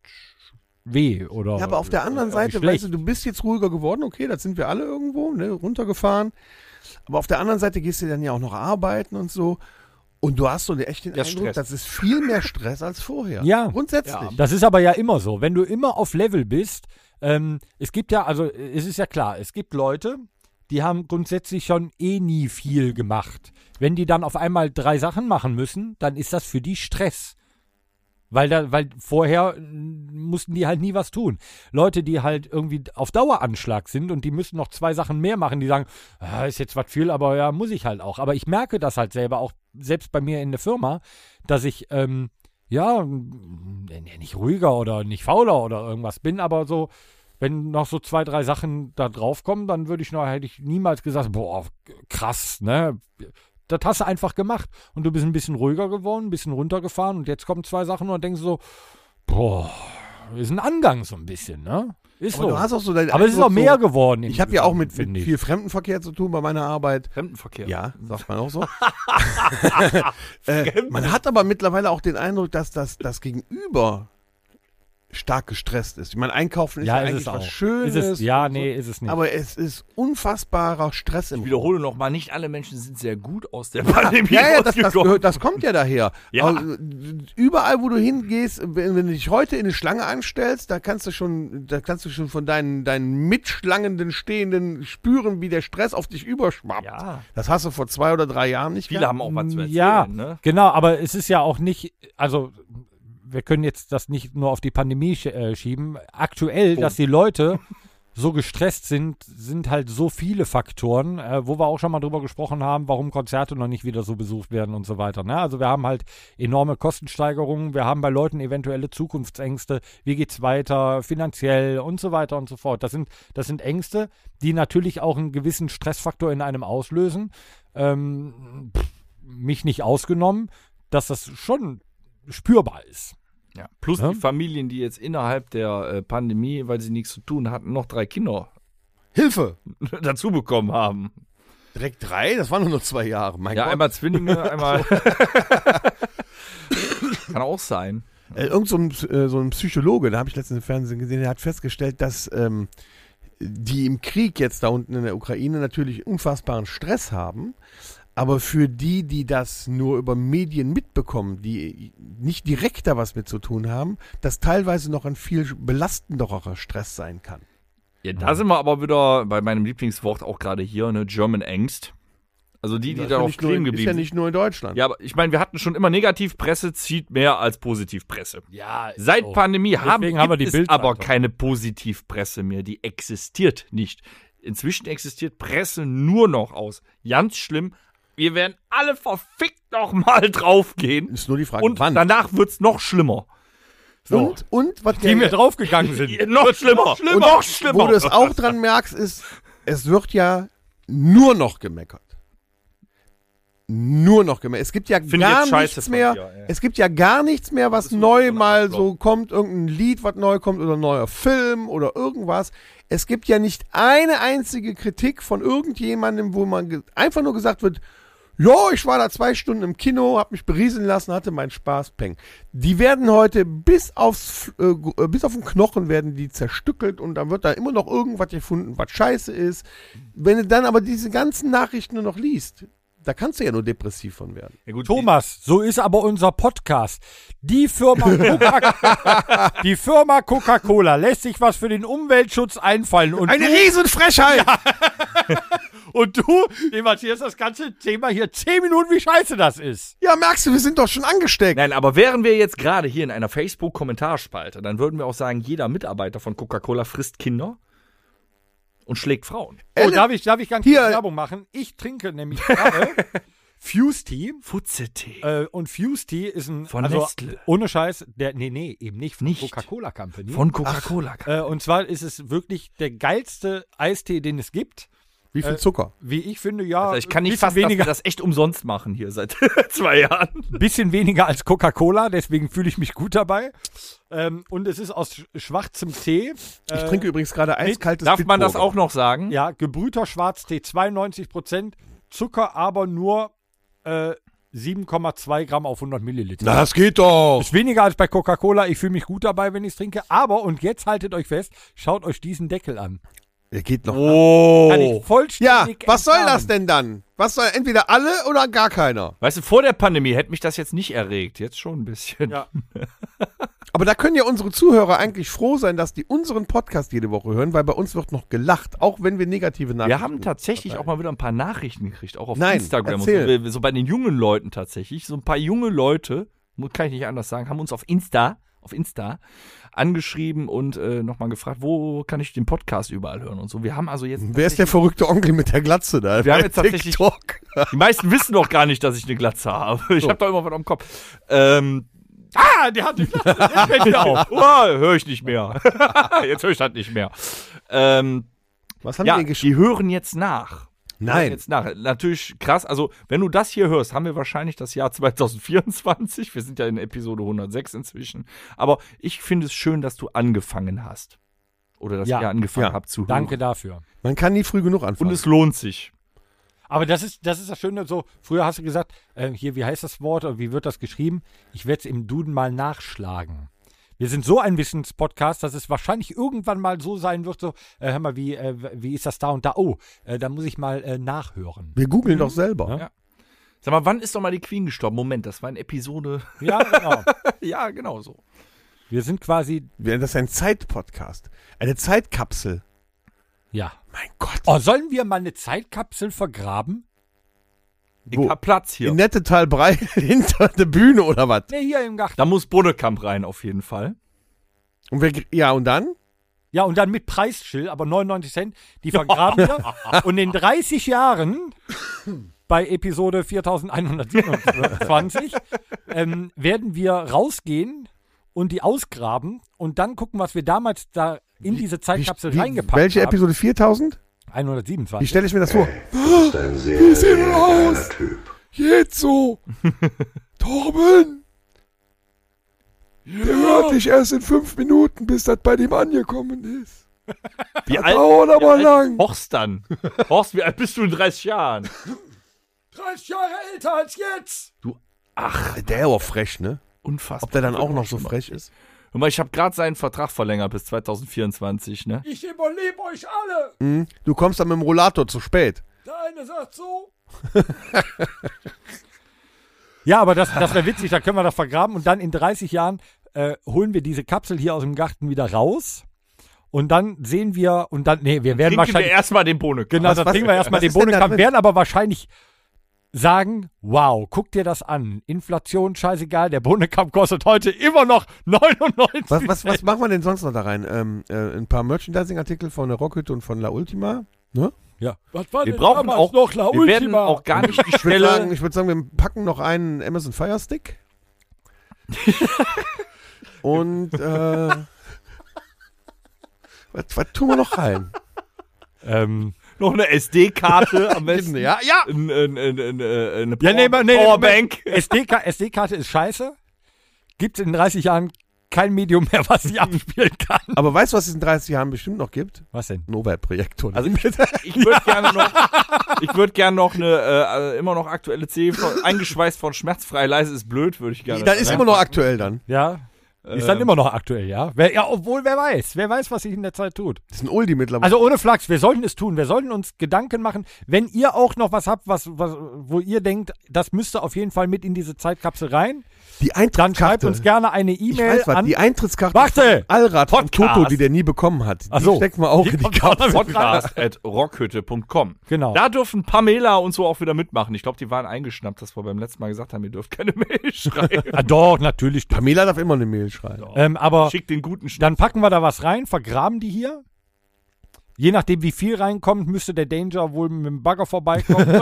B: weh oder.
C: Ja, aber auf der anderen
B: äh,
C: Seite,
B: schlecht.
C: weißt du, du bist jetzt ruhiger geworden, okay, das sind wir alle irgendwo, ne, runtergefahren. Aber auf der anderen Seite gehst du dann ja auch noch arbeiten und so. Und du hast so eine echte
D: Ja,
C: Eindruck,
D: Stress.
C: das ist viel mehr Stress als vorher.
B: Ja.
C: Grundsätzlich.
B: Das ist aber ja immer so. Wenn du immer auf Level bist, ähm, es gibt ja, also äh, es ist ja klar, es gibt Leute, die haben grundsätzlich schon eh nie viel gemacht. Wenn die dann auf einmal drei Sachen machen müssen, dann ist das für die Stress. Weil, da, weil vorher mm, mussten die halt nie was tun. Leute, die halt irgendwie auf Daueranschlag sind und die müssen noch zwei Sachen mehr machen, die sagen, ah, ist jetzt was viel, aber ja, muss ich halt auch. Aber ich merke das halt selber auch, selbst bei mir in der Firma, dass ich, ähm, ja, mm, nee, nicht ruhiger oder nicht fauler oder irgendwas bin, aber so, wenn noch so zwei, drei Sachen da drauf kommen, dann würde ich noch, hätte ich niemals gesagt, boah, krass, ne? Das hast du einfach gemacht. Und du bist ein bisschen ruhiger geworden, ein bisschen runtergefahren und jetzt kommen zwei Sachen und dann denkst du so, boah, ist ein Angang so ein bisschen, ne? Ist
C: Aber
B: so.
C: du hast auch so deinen
B: aber es ist
C: Eindruck
B: auch mehr
C: so,
B: geworden.
C: Ich habe ja auch mit,
B: insgesamt,
C: mit
B: finde ich.
C: viel Fremdenverkehr zu tun bei meiner Arbeit.
D: Fremdenverkehr.
C: Ja, sagt man auch so. äh, man hat aber mittlerweile auch den Eindruck, dass das, das Gegenüber stark gestresst ist. Ich meine, einkaufen ist ja,
B: Ja, ist
C: eigentlich
B: es auch.
C: was Schönes.
B: Ist es, ja, nee, ist es nicht.
C: Aber es ist unfassbarer Stress im
D: Ich wiederhole nochmal, nicht alle Menschen sind sehr gut aus der Pandemie
C: Ja, ja, das, das,
D: rausgekommen.
C: gehört, das kommt ja daher.
D: Ja.
C: Aber, äh, überall, wo du hingehst, wenn, wenn du dich heute in eine Schlange anstellst, da kannst du schon, da kannst du schon von deinen, deinen mitschlangenden Stehenden spüren, wie der Stress auf dich überschwappt.
D: Ja.
C: Das hast du vor zwei oder drei Jahren nicht
D: Viele
C: gehabt.
D: haben auch was zu erzählen.
B: Mm, Ja,
D: ne?
B: genau, aber es ist ja auch nicht, also wir können jetzt das nicht nur auf die Pandemie sch äh, schieben. Aktuell,
D: Oh.
B: dass die Leute so gestresst sind, sind halt so viele Faktoren, äh, wo wir auch schon mal drüber gesprochen haben, warum Konzerte noch nicht wieder so besucht werden und so weiter. Ne? Also wir haben halt enorme Kostensteigerungen, wir haben bei Leuten eventuelle Zukunftsängste, wie geht's weiter, finanziell und so weiter und so fort. Das sind, das sind Ängste, die natürlich auch einen gewissen Stressfaktor in einem auslösen. Ähm, pff, mich nicht ausgenommen, dass das schon spürbar ist.
D: Ja. Plus
B: Ja.
D: die Familien, die jetzt innerhalb der äh, Pandemie, weil sie nichts zu tun hatten, noch drei Kinder
C: Hilfe!
D: dazu bekommen haben.
C: Direkt drei? Das waren nur noch zwei Jahre. Mein
D: ja,
C: Gott.
D: einmal Zwillinge, einmal. Kann auch sein.
C: Äh, irgend so ein, Ps- äh, so ein Psychologe, da habe ich letztens im Fernsehen gesehen, der hat festgestellt, dass ähm, die im Krieg jetzt da unten in der Ukraine natürlich unfassbaren Stress haben. Aber für die, die das nur über Medien mitbekommen, die nicht direkt da was mit zu tun haben, das teilweise noch ein viel belastenderer Stress sein kann.
D: Ja, da sind wir aber wieder bei meinem Lieblingswort auch gerade hier, ne? German Angst. Also die, die
C: Das ist ja
D: darauf
C: nicht nur, in-
D: kleben geblieben
C: Ist ja
D: sind.
C: nicht nur in Deutschland.
D: Ja, aber ich meine, wir hatten schon immer Negativpresse zieht mehr als Positivpresse.
B: Ja,
D: Seit Pandemie haben,
B: Deswegen haben wir
D: gibt
B: die
D: es aber
B: Bild-Zeitung.
D: keine Positivpresse mehr. Die existiert nicht. Inzwischen existiert Presse nur noch aus. Ganz schlimm. Wir werden alle verfickt nochmal draufgehen.
C: Ist nur die Frage,
D: Und
C: wann.
D: danach wird's noch schlimmer. So.
C: und, und was
B: die mir draufgegangen sind.
D: noch schlimmer. Noch schlimmer.
C: Und
D: noch schlimmer.
C: Wo du es auch dran merkst, ist, es wird ja nur noch gemeckert. Nur noch gemeckert. Es gibt ja
D: Finde ich
C: gar
D: jetzt scheiße
C: nichts
D: von
C: mehr.
D: dir, ja.
C: Es gibt ja gar nichts mehr, was
D: Das ist so
C: neu
D: ein
C: mal
D: Abflop.
C: so kommt, irgendein Lied, was neu kommt oder ein neuer Film oder irgendwas. Es gibt ja nicht eine einzige Kritik von irgendjemandem, wo man ge- einfach nur gesagt wird, Jo, ich war da zwei Stunden im Kino, hab mich berieseln lassen, hatte meinen Spaß, peng. Die werden heute bis aufs, äh, gu- äh, bis auf den Knochen werden die zerstückelt und dann wird da immer noch irgendwas gefunden, was scheiße ist. Wenn du dann aber diese ganzen Nachrichten nur noch liest, da kannst du ja nur depressiv von werden.
D: ja, gut,
B: Thomas, so ist aber unser Podcast. Die Firma, Coca- die Firma Coca-Cola lässt sich was für den Umweltschutz einfallen und,
C: Riesenfrechheit!
B: Und du debattierst das ganze Thema hier zehn Minuten, wie scheiße das ist.
C: Ja, merkst du, wir sind doch schon angesteckt.
D: Nein, aber wären wir jetzt gerade hier in einer Facebook-Kommentarspalte, dann würden wir auch sagen, jeder Mitarbeiter von Coca-Cola frisst Kinder und schlägt Frauen.
C: Äh,
B: Oh, darf ich, darf ich ganz
C: Hier-
B: kurz Werbung machen? Ich trinke nämlich gerade Fuse Tea.
D: Futzetee.
B: Äh, und Fuse Tea ist ein.
D: Von
B: also,
D: Nestle.
B: Ohne Scheiß. Der, nee, nee, eben nicht. Von
D: Nicht.
B: Coca-Cola Company.
D: Von Coca-Cola.
B: äh, und zwar ist es wirklich der geilste Eistee, den es gibt.
C: Wie
D: äh,
C: viel Zucker?
B: Wie ich finde, ja.
D: Also ich kann nicht
B: bisschen
D: fassen, dass wir
B: weniger,
D: das echt umsonst machen hier seit zwei Jahren.
B: bisschen weniger als Coca-Cola, deswegen fühle ich mich gut dabei. Ähm, und es ist aus sch- schwarzem Tee.
C: Ich trinke übrigens gerade eiskaltes
D: äh, Darf man das
C: Bitburger.
D: auch noch sagen?
B: Ja, gebrühter Schwarztee 92 Prozent, Zucker aber nur äh, 7,2 Gramm auf 100 Milliliter.
C: Na, das geht doch.
B: Ist weniger als bei Coca-Cola. Ich fühle mich gut dabei, wenn ich es trinke. Aber, und jetzt haltet euch fest, schaut euch diesen Deckel an.
C: Der geht noch.
B: Kann
D: Oh.
B: ich vollständig
C: Ja, was soll
B: enttarnen.
C: das denn dann? Was soll entweder alle oder gar keiner?
D: Weißt du, vor der Pandemie hätte mich das jetzt nicht erregt. Jetzt schon ein bisschen.
B: Ja.
C: Aber da können ja unsere Zuhörer eigentlich froh sein, dass die unseren Podcast jede Woche hören, weil bei uns wird noch gelacht, auch wenn wir negative Nachrichten.
D: Wir haben tatsächlich auch mal wieder ein paar Nachrichten gekriegt, auch auf
C: Nein,
D: Instagram. Und
C: erzähl.
D: so, so bei den jungen Leuten tatsächlich. So ein paar junge Leute, mu- kann ich nicht anders sagen, haben uns auf Insta, auf Insta angeschrieben und äh, nochmal gefragt, wo kann ich den Podcast überall hören und so. Wir haben also jetzt.
C: Wer ist der verrückte Onkel mit der Glatze da?
D: Wir haben
C: Bei
D: jetzt tatsächlich-
C: TikTok.
D: Die meisten wissen doch gar nicht, dass ich eine Glatze habe. Ich habe da immer was am Kopf. Ähm, ah, der hat eine Glatze. Jetzt fällt mir auf. Oh, höre ich nicht mehr. jetzt höre ich das nicht mehr. Ähm,
C: Was haben
D: ja,
C: die denn geschrieben?
D: die hören jetzt nach. Hören
C: Nein.
D: Jetzt nach. Natürlich krass. Also, wenn du das hier hörst, haben wir wahrscheinlich das Jahr 2024. Wir sind ja in Episode 106 inzwischen. Aber ich finde es schön, dass du angefangen hast. Oder dass
B: Ja.
D: ihr angefangen
C: Ja.
D: habt zu hören.
B: Danke dafür.
C: Man kann nie früh genug anfangen.
D: Und es lohnt sich.
B: Aber das ist, das ist das Schöne, so, früher hast du gesagt, äh, hier, wie heißt das Wort oder wie wird das geschrieben? Ich werde es im Duden mal nachschlagen. Wir sind so ein Wissenspodcast, dass es wahrscheinlich irgendwann mal so sein wird, so, äh, hör mal, wie, äh, wie ist das da und da? Oh, äh, da muss ich mal äh, nachhören.
C: wir googeln
D: Mhm.
C: doch selber.
B: Ja.
D: Sag mal, wann ist doch mal die Queen gestorben? Moment, das war in Episode.
B: Ja, genau.
D: ja, genau so.
B: Wir sind quasi,
C: Wir- Das ist ein Zeitpodcast. Eine Zeitkapsel.
B: ja.
C: Mein Gott.
B: Oh, sollen wir mal eine Zeitkapsel vergraben?
D: Ich
C: Wo?
D: hab Platz hier.
C: In Nettetal Brei hinter der Bühne oder was?
B: Ne, hier im Garten.
D: Da muss Bonnekamp rein, auf jeden Fall.
C: Und wir, ja, und dann?
B: Ja, und dann mit Preisschild, aber 99 Cent. Die vergraben wir. Und in 30 Jahren, bei Episode 4127, ähm, werden wir rausgehen und die ausgraben und dann gucken, was wir damals da in diese Zeitkapsel
C: Wie- wie-
B: reingepackt
C: Welche
B: haben.
C: Episode? 4000? Wie
B: 127.
C: stelle ich mir das vor?
G: ein sehr,
C: sehen wir
G: sehr
C: aus?
G: geiler Typ.
C: Jetzt so! Torben! Der hört dich erst in fünf Minuten, bis das bei dem angekommen ist.
D: Wie alt,
C: dauert
D: wie
C: aber
D: alt ist
C: lang.
D: Horst dann. Horst, wie alt bist du in 30 Jahren?
B: 30 Jahre älter als jetzt!
D: Oh.
C: Ach, der war frech, ne?
D: Unfassbar.
C: Ob der dann auch noch so frech ist?
D: Hör mal, ich habe gerade seinen Vertrag verlängert bis 2024, ne?
B: Ich überlebe euch alle!
C: Hm? Du kommst dann mit dem Rollator zu spät.
B: Der eine sagt so. ja, aber das, das wäre witzig, da können wir das vergraben und dann in 30 Jahren äh, holen wir diese Kapsel hier aus dem Garten wieder raus und dann sehen wir und dann, nee, wir werden
D: Trinken wir
B: wahrscheinlich,
D: erstmal den Bonnekamp.
B: genau,
C: was-
B: dann
C: was-
B: trinken wir erstmal
C: was
B: den
C: ist denn da
B: Bohnenkampf,
C: drin?
B: werden aber wahrscheinlich sagen, wow, guck dir das an, Inflation, scheißegal, der Bohnenkampf kostet heute immer noch 99
C: Was, was, was machen wir denn sonst noch da rein? Ähm, äh, ein paar Merchandising-Artikel von der Rockhütte und von La Ultima. Ne?
B: Ja. Was war
D: Wir
B: denn
D: brauchen
B: damals
D: auch
B: noch La
D: Wir werden
B: Ultima?
D: auch gar nicht die
C: Ich würde sagen,
D: Stelle.
C: ich würd sagen, wir packen noch einen Amazon Fire Stick. und äh, was, was tun wir noch rein?
B: ähm,
D: noch eine SD-Karte am besten.
C: Ja, ja.
D: Ein, ein, ein, ein, äh, eine
B: Ja, nee,
D: Power-
B: nee, nee,
D: Powerbank.
B: SD-Ka- SD-Karte ist scheiße. Gibt in 30 Jahren kein Medium mehr, was ich abspielen kann.
C: Aber weißt du, was es in 30 Jahren bestimmt noch gibt?
B: Was denn?
C: Ein Overhead-Projektor.
D: Also ich würde gerne noch, ich würde gerne noch eine äh, äh, immer noch aktuelle CD von, eingeschweißt von schmerzfrei leise ist blöd, würde ich gerne.
C: das ist immer noch aktuell dann.
B: Ja. Ähm.
D: Äh,
B: Ist dann immer noch aktuell, ja? Wer, ja, obwohl, wer weiß. Wer weiß, was sich in der Zeit tut.
C: Das ist ein Uldi mittlerweile.
B: Also ohne Flachs, wir sollten es tun. Wir sollten uns Gedanken machen, wenn ihr auch noch was habt, was, was, wo ihr denkt, das müsste auf jeden Fall mit in diese Zeitkapsel rein,
C: die
B: Also, dann schreibt
C: Eintrittskarte.
B: uns gerne eine
C: ich
B: E-Mail
C: weiß was,
B: an
C: die Eintrittskarte
B: Warte!
C: von Allrad vom
B: Podcast.
C: Toto, die der nie bekommen hat.
B: Ach
C: Die
B: so.
C: stecken wir auch
B: Die
C: in die
B: kommt
C: Karte.
B: auch noch mit rein.
D: Podcast at rockhütte.com.
B: Genau.
D: Da dürfen Pamela und so auch wieder mitmachen. Ich glaube, die waren eingeschnappt, dass wir beim letzten Mal gesagt haben, ihr dürft keine Mail schreiben.
B: Ah, doch, natürlich. doch.
C: Pamela darf immer eine Mail schreiben.
B: Ähm, aber
D: Schickt den guten Schnapp.
B: dann packen wir da was rein, vergraben die hier. Je nachdem, wie viel reinkommt, müsste der Danger wohl mit dem Bagger vorbeikommen.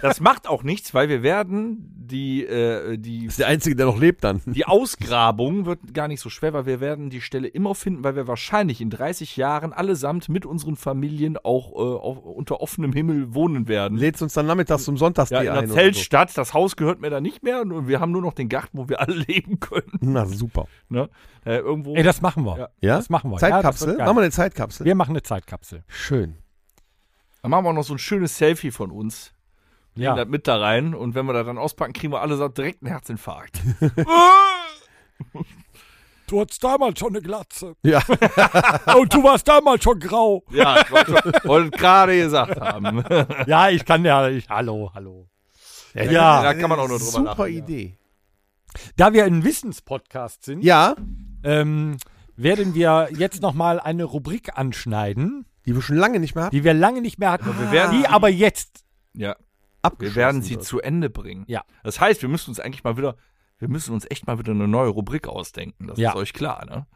D: Das macht auch nichts, weil wir werden die, äh, die,
C: Ist der Einzige, der noch lebt dann.
D: die Ausgrabung wird gar nicht so schwer, weil wir werden die Stelle immer finden, weil wir wahrscheinlich in 30 Jahren allesamt mit unseren Familien auch äh, auf, unter offenem Himmel wohnen werden.
C: Lädst uns dann nachmittags zum Sonntagsbier
D: Ja, in
C: ein.
D: einer
C: oder
D: Zeltstadt. Das Haus gehört mir da nicht mehr. Und wir haben nur noch den Garten, wo wir alle leben können.
C: So. Na super.
D: Ne? Äh, irgendwo.
B: Ey, das machen wir.
D: Ja.
C: Ja?
B: Das machen wir. Ja, das
C: Zeitkapsel?
B: wird geil.
C: machen wir eine Zeitkapsel?
B: Wir machen eine Zeitkapsel.
C: Schön.
D: Dann machen wir auch noch so ein schönes Selfie von uns. Nehmen
B: Ja.
D: das mit da rein. Und wenn wir das dann auspacken, kriegen wir allesamt direkt einen Herzinfarkt.
B: Du hattest damals schon eine Glatze.
C: Ja.
B: Und du warst damals schon grau.
D: ja, ich wollte wollte gerade gesagt haben.
B: Ja, ich kann ja. Ich, hallo, hallo. Ja.
D: Da kann man auch nur drüber
C: Super
D: lachen, ja.
C: Idee.
B: Da wir ein Wissenspodcast sind,
C: Ja.
B: ähm, werden wir jetzt nochmal eine Rubrik anschneiden,
C: die wir schon lange nicht mehr haben.
B: die wir lange nicht mehr hatten.
D: wir werden-
B: die aber jetzt.
D: ja, wir
C: abgeschlossen
D: werden sie
C: wird.
D: zu Ende bringen.
B: Ja.
D: Das heißt, wir müssen uns eigentlich mal wieder, wir müssen uns echt mal wieder eine neue Rubrik ausdenken. Das
B: Ja.
D: ist euch klar, ne?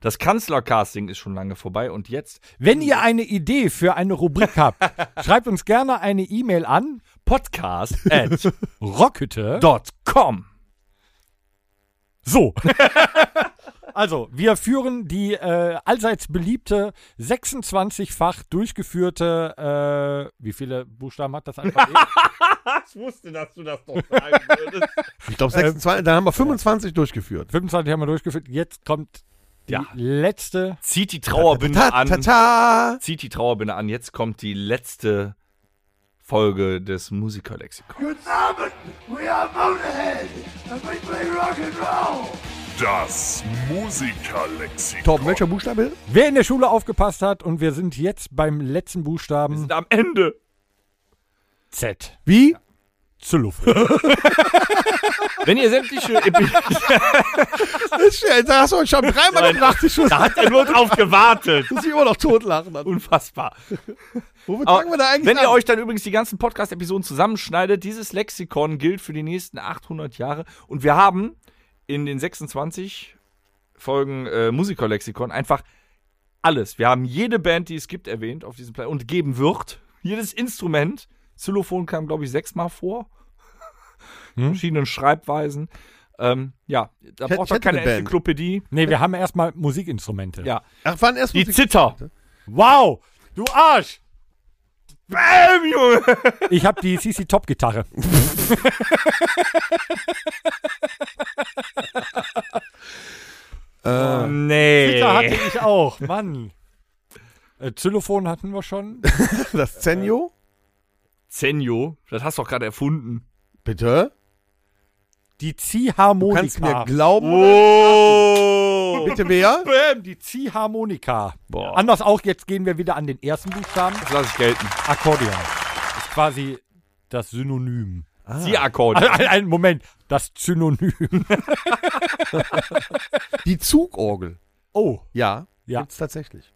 D: Das Kanzlercasting ist schon lange vorbei und jetzt
B: Wenn ihr eine Idee für eine Rubrik habt, schreibt uns gerne eine E-Mail an
D: Podcast at
B: rockhütte.
D: dot com.
B: So. Also, wir führen die äh, allseits beliebte 26-fach durchgeführte, äh, wie viele Buchstaben hat das Alphabet?
C: Ich glaube,
B: Ähm,
C: 26, dann haben wir 25 durchgeführt.
B: 25 haben wir durchgeführt. Jetzt kommt die
D: Ja.
B: letzte.
D: Zieht die Trauerbinde
C: Ta,
D: an.
C: ta, ta.
D: Zieht die Trauerbinde an. Jetzt kommt die letzte Folge des Musikerlexikons.
A: Das Musikerlexikon.
C: Torben, welcher Buchstabe?
B: Wer in der Schule aufgepasst hat und wir sind jetzt beim letzten
D: Wir
B: Buchstaben
D: sind am Ende.
B: Z.
C: Wie?
B: Zellufe.
D: Wenn ihr sämtliche Episoden...
C: Da hast du euch schon dreimal gedacht, ich muss
D: da hat er nur drauf gewartet.
C: muss ich immer noch totlachen.
D: Unfassbar.
C: Wo
D: Aber
C: fangen wir da eigentlich
D: wenn
C: an?
D: ihr euch dann übrigens die ganzen Podcast-Episoden zusammenschneidet, dieses Lexikon gilt für die nächsten 800 Jahre. Und wir haben in den 26 Folgen äh, Musikerlexikon einfach alles. Wir haben jede Band, die es gibt, erwähnt auf diesem Plan und geben wird. Jedes Instrument. Xylophon kam, glaube ich, sechsmal vor. Verschiedenen Schreibweisen. Ähm, ja, da
C: hätte- Hm? ich
D: braucht man
C: hätte
D: keine
C: eine Band.
D: Enzyklopädie.
B: Nee, wir haben erstmal Musikinstrumente.
D: Ja.
C: Ach, waren erst
D: Die
C: Musik-
D: Zither.
B: Wow! Du Arsch!
C: Äh.
D: Bäm, Ähm, Junge.
B: Ich habe die CC Top Gitarre.
D: Nee.
B: Gitarre hatte ich auch. Mann. Äh, Xylophon hatten wir schon.
C: das Zenio?
D: Zenio, das hast du doch gerade erfunden.
C: Bitte?
B: Oh, Die
C: Du kannst mir
B: Ziehharmonika.
C: glauben.
D: Oh!
C: Bitte wer?
B: Bäm, die Ziehharmonika.
D: Boah.
B: Anders auch, jetzt gehen wir wieder an den ersten Buchstaben.
D: Das lasse ich gelten.
B: Akkordeon. Ist quasi das Synonym.
D: Die Akkorde.
B: Ein, ein Moment, das Synonym.
C: Die Zugorgel.
B: Oh,
C: Ja,
B: Ja.
C: gibt's tatsächlich.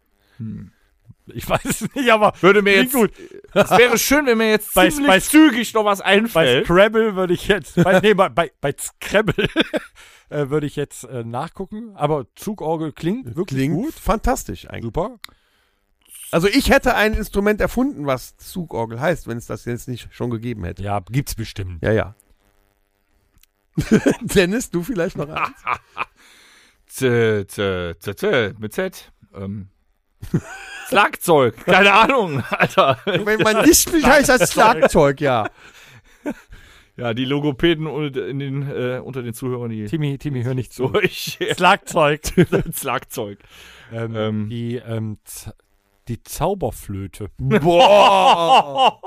B: ich weiß es nicht, aber
D: Würde mir
B: klingt
D: jetzt. Es wäre schön, wenn mir jetzt
B: Bei-
D: ziemlich
B: bei-
D: zügig noch was
B: Bei
D: einfällt.
B: Scrabble würde ich jetzt, bei, nee, bei, bei, bei Scrabble äh, würde ich jetzt äh, nachgucken. Aber Zugorgel klingt wirklich
C: Klingt
B: gut.
C: fantastisch eigentlich.
B: Super.
C: Also ich hätte ein Instrument erfunden, was Zugorgel heißt, wenn es das jetzt nicht schon gegeben hätte.
B: Ja, gibt's bestimmt.
C: Ja, ja. Dennis, du vielleicht noch eins?
D: Z, Z, Z, Z, mit Z. Ähm. Schlagzeug. Keine Ahnung, Alter.
C: Wenn man nicht spricht, heißt das Schlagzeug, ja.
D: Ja, die Logopäden und in den, äh, unter den Zuhörern, die
B: Timmy, Timmy, hör nicht zu.
D: durch.
B: Schlagzeug.
D: Schlagzeug.
B: ähm,
D: Ähm.
B: Die, ähm, Z- die Zauberflöte.
C: Boah.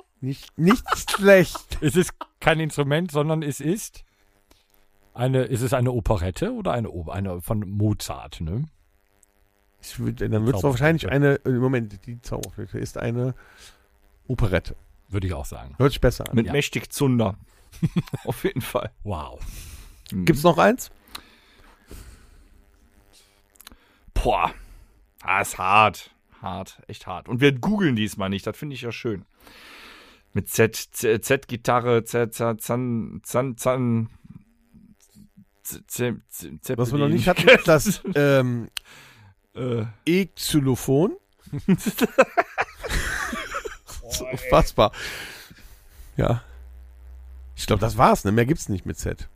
C: Nicht, nicht schlecht.
B: Es ist kein Instrument, sondern es ist Eine, ist es eine Operette oder eine, O- eine von Mozart, ne?
C: Ich würd, dann wird es
B: Zauberflöte.
C: wahrscheinlich eine. äh, Moment, die Zauberflöte ist eine Operette.
B: Würde ich auch sagen.
C: Hört sich besser an.
D: Mit
B: Ja.
D: mächtig Zunder. Auf jeden Fall.
B: Wow.
C: Gibt's noch eins?
D: Boah. Ah, ist hart. Hart, echt hart. Und wir googeln diesmal nicht, das finde ich ja schön. Mit Z, Z, Z-Gitarre, Z, Z, Zan, Zan, Zan. Z, Z, Z, Zeppelin.
C: Was wir noch nicht hatten, ist das ähm,
D: Äh,
C: E-Xylophon. so, unfassbar. Ja. Ich glaube, das war's, ne? Mehr gibt's nicht mit Z.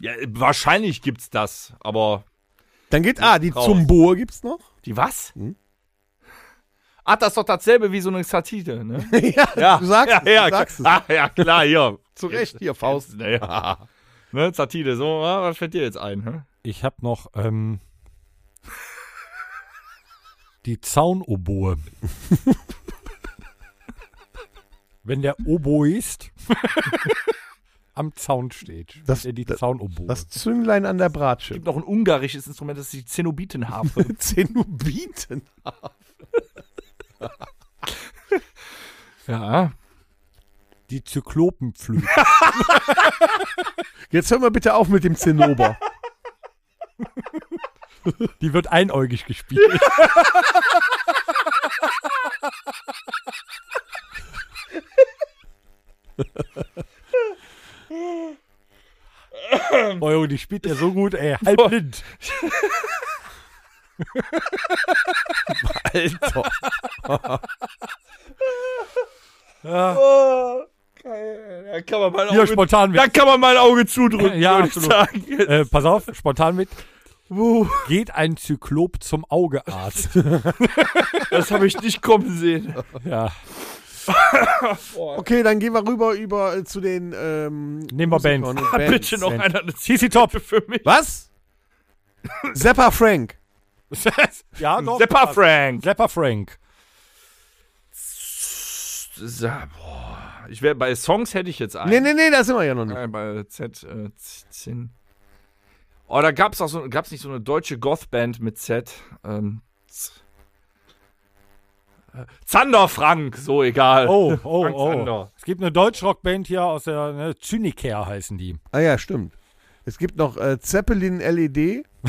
D: ja, wahrscheinlich gibt's das, aber.
C: Dann geht ah, die
D: Raus.
C: Zumboe gibt's noch.
D: Die was?
C: Hm?
D: Ah, das ist doch dasselbe wie so eine Statite, ne?
C: ja,
D: Ja,
C: du sagst
D: ja,
C: es,
D: ja,
C: du sagst es.
D: Ah, ja, klar, ja.
C: Zu Recht hier, Faust.
D: Naja. ne, Zatide, so, ah, was fällt dir jetzt ein? Hä?
B: Ich habe noch ähm, die Zaunoboe. Wenn der Oboist am Zaun steht,
C: Das-
B: steht die
C: das-
B: Zaunoboe.
C: Das Zünglein an der Bratsche.
D: gibt noch ein ungarisches Instrument, das ist die Zenobitenharfe.
C: Zenobiten.
D: ja.
B: die Zyklopenflüte.
C: Jetzt hör mal bitte auf mit dem Zinnober.
B: die wird einäugig gespielt. Boah, Junge, die spielt ja so gut, ey. Halb blind.
C: Alter.
D: Oh, Da kann man mal ein
B: Hier
D: Auge,
B: spontan mit.
D: da kann man mal ein Auge zudrücken,
B: Ja,
D: würde ich
B: absolut.
D: sagen.
B: Äh, pass auf, spontan mit. Geht ein Zyklop zum Augearzt.
D: Das habe ich nicht kommen sehen.
B: ja.
C: Okay, dann gehen wir rüber über äh, zu den ähm,
B: Nehmen wir Bands.
C: Musikern und
D: Bitte noch
C: Bands.
D: einer eine
B: CC Top.
D: Zigarette für mich.
C: Was? Zeppa Frank.
B: ja, doch.
D: Zeppa Frank.
B: Zapper Frank.
D: Z- boah. Ich wär, bei Songs hätte ich jetzt einen.
C: Nee, nee, nee, da sind wir ja noch nicht.
D: Äh, Bei Z, äh, Z- Zin. Oh, da gab's auch so, gab's nicht so eine deutsche Gothband mit Z. Ähm, Z äh, Zander Frank, so egal.
B: Oh, oh,
D: Frank
B: oh.
D: Zander.
B: Es gibt eine Deutschrockband hier aus der ne, Zynicare heißen die.
C: Ah ja, stimmt. Es gibt noch äh, Zeppelin LED.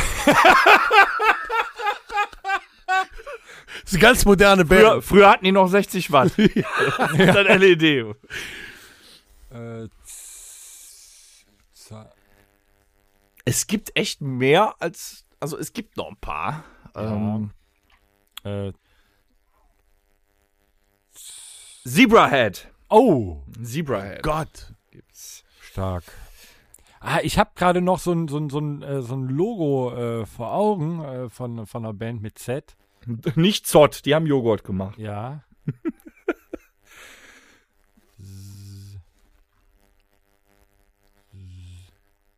C: ist eine ganz moderne Band. Oh
D: Früher, früher hatten die noch 60 Watt. Das ist dann E LED.
B: Äh,
D: Es gibt echt mehr als. Also es gibt noch ein paar. Ähm,
B: äh,
D: Zebrahead.
B: oh,
D: Zebrahead
C: Gott.
D: gibt's.
B: stark. Ah, ich habe gerade noch so ein, so ein, so ein, äh, so ein Logo äh, vor Augen äh, von, von einer Band mit Z.
D: Nicht Zott, die haben Joghurt gemacht.
B: Ja.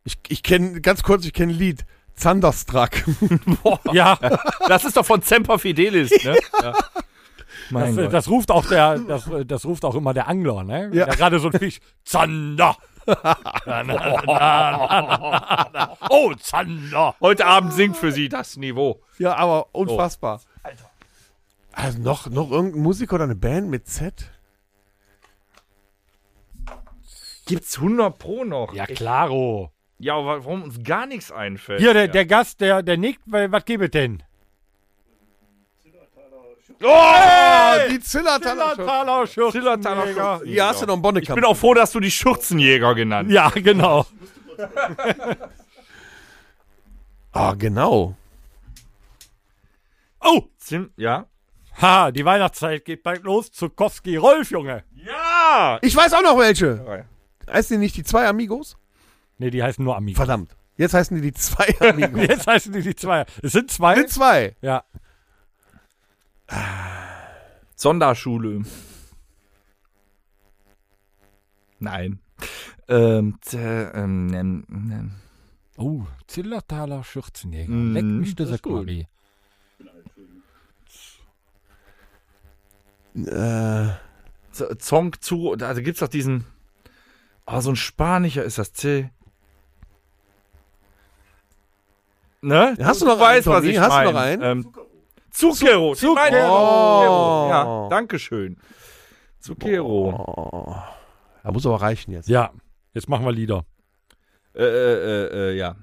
C: Ich, ich kenne, ganz kurz, ich kenne ein Lied. Zanderstruck.
B: Ja.
D: Das ist doch von Semper Fidelis, ne? Ja. Mein
B: Das, äh,
D: Gott.
B: das ruft auch der, das, äh, das ruft auch immer der Angler, ne?
C: Ja.
B: Ja. Gerade so ein Fisch. Zander. Na, na, na, na, na. oh, Zander.
D: Heute Abend singt für sie das Niveau.
C: ja, aber unfassbar. Oh. Alter. Also noch, noch irgendein Musiker oder eine Band mit Z?
D: Gibt's 100 Pro noch?
B: Ja, klaro.
D: Ja, aber warum uns gar nichts einfällt?
B: Hier, der, der Gast, der, der nickt, weil, was gibt es denn?
D: Oh!
C: Ah, die Zillertaler.
B: Zillertaler
D: Zillertaler
B: Schürzenjäger.
C: Ja, hast du noch einen
D: Ich
C: Bonnekamp.
D: bin auch froh, dass du die Schürzenjäger genannt
B: Ja, genau.
C: Ah, genau.
D: Oh! Zim ja?
B: Ha, die Weihnachtszeit geht bald los. Zukowski Rolf, Junge.
D: Ja!
C: Ich weiß auch noch welche.
D: Drei.
C: Heißen die nicht die zwei Amigos?
B: Nee, die heißen nur Amigos.
C: Verdammt. Jetzt heißen die die zwei Amigos.
B: Jetzt heißen die die zwei. Es sind zwei.
C: Sind zwei.
B: Ja.
D: Sonderschule. Nein. Ähm, t- ähm, ähm, ähm.
B: Oh, Zillertaler Schürzenjäger.
D: Mhm,
B: Leck mich
D: das
B: das
D: ist gut.
B: Marie.
C: Äh,
D: Z- Zong zu, also gibt's doch diesen. Ah, so ein spanischer ist das. C. Ne?
C: Hast du noch einen,
D: weißt, was
C: Tommy?
D: ich
C: Hast du
D: mein.
C: noch einen?
D: Ähm, Zucchero. Ich meine Zucchero. Ja, Dankeschön. Zucchero.
C: Oh. Da muss aber reichen jetzt.
B: Ja, jetzt machen wir Lieder.
D: Äh, äh, äh, ja.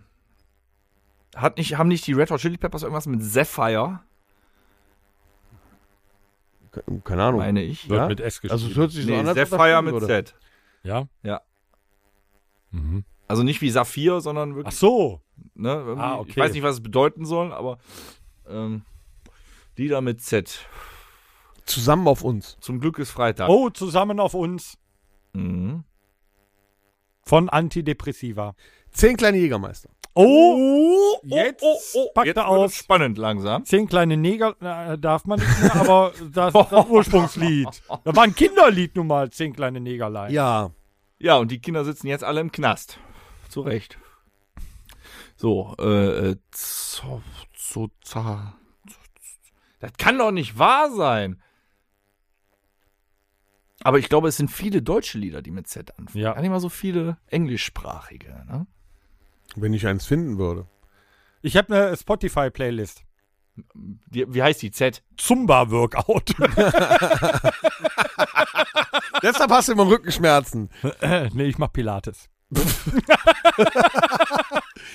D: Hat nicht, haben nicht die Red Hot Chili Peppers irgendwas mit Sapphire,
C: Ke- Keine Ahnung.
D: meine ich?
B: Wird
C: Ja?
B: mit S geschrieben.
C: Also es hört sich Oh. so
D: Nee,
C: an, als ob das
D: Sapphire
C: stimmt,
D: mit
C: oder?
D: Z.
B: ja?
D: Ja.
B: Mhm.
D: Also nicht wie Saphir, sondern
B: Ach
D: wirklich.
B: so.
D: Ne, irgendwie-
B: Ah, okay.
D: Ich weiß nicht, was es bedeuten soll, aber ähm, Lieder mit Z.
C: Zusammen auf uns.
D: Zum Glück ist Freitag.
B: Oh, zusammen auf uns
D: Mhm.
B: von Antidepressiva.
C: Zehn kleine Jägermeister.
B: Oh, jetzt
D: oh, oh,
B: packt
D: jetzt
B: er
D: wird es
B: aus.
D: spannend langsam.
B: Zehn kleine Neger äh, darf man nicht mehr, aber das, das Ursprungslied. Da war ein Kinderlied nun mal, Zehn kleine Negerlein.
C: Ja.
D: Ja, und die Kinder sitzen jetzt alle im Knast. Zu Recht. So, äh, äh, zo, zo, za, zo- zo- das kann doch nicht wahr sein. Aber ich glaube, es sind viele deutsche Lieder, die mit Z anfangen.
B: Ja.
D: Gar nicht mal so viele englischsprachige. Ne?
C: Wenn ich eins finden würde.
B: Ich habe eine Spotify-Playlist.
D: Die, wie heißt die Z?
B: Zumba-Workout.
C: Deshalb hast du immer Rückenschmerzen.
B: nee, ich mach Pilates.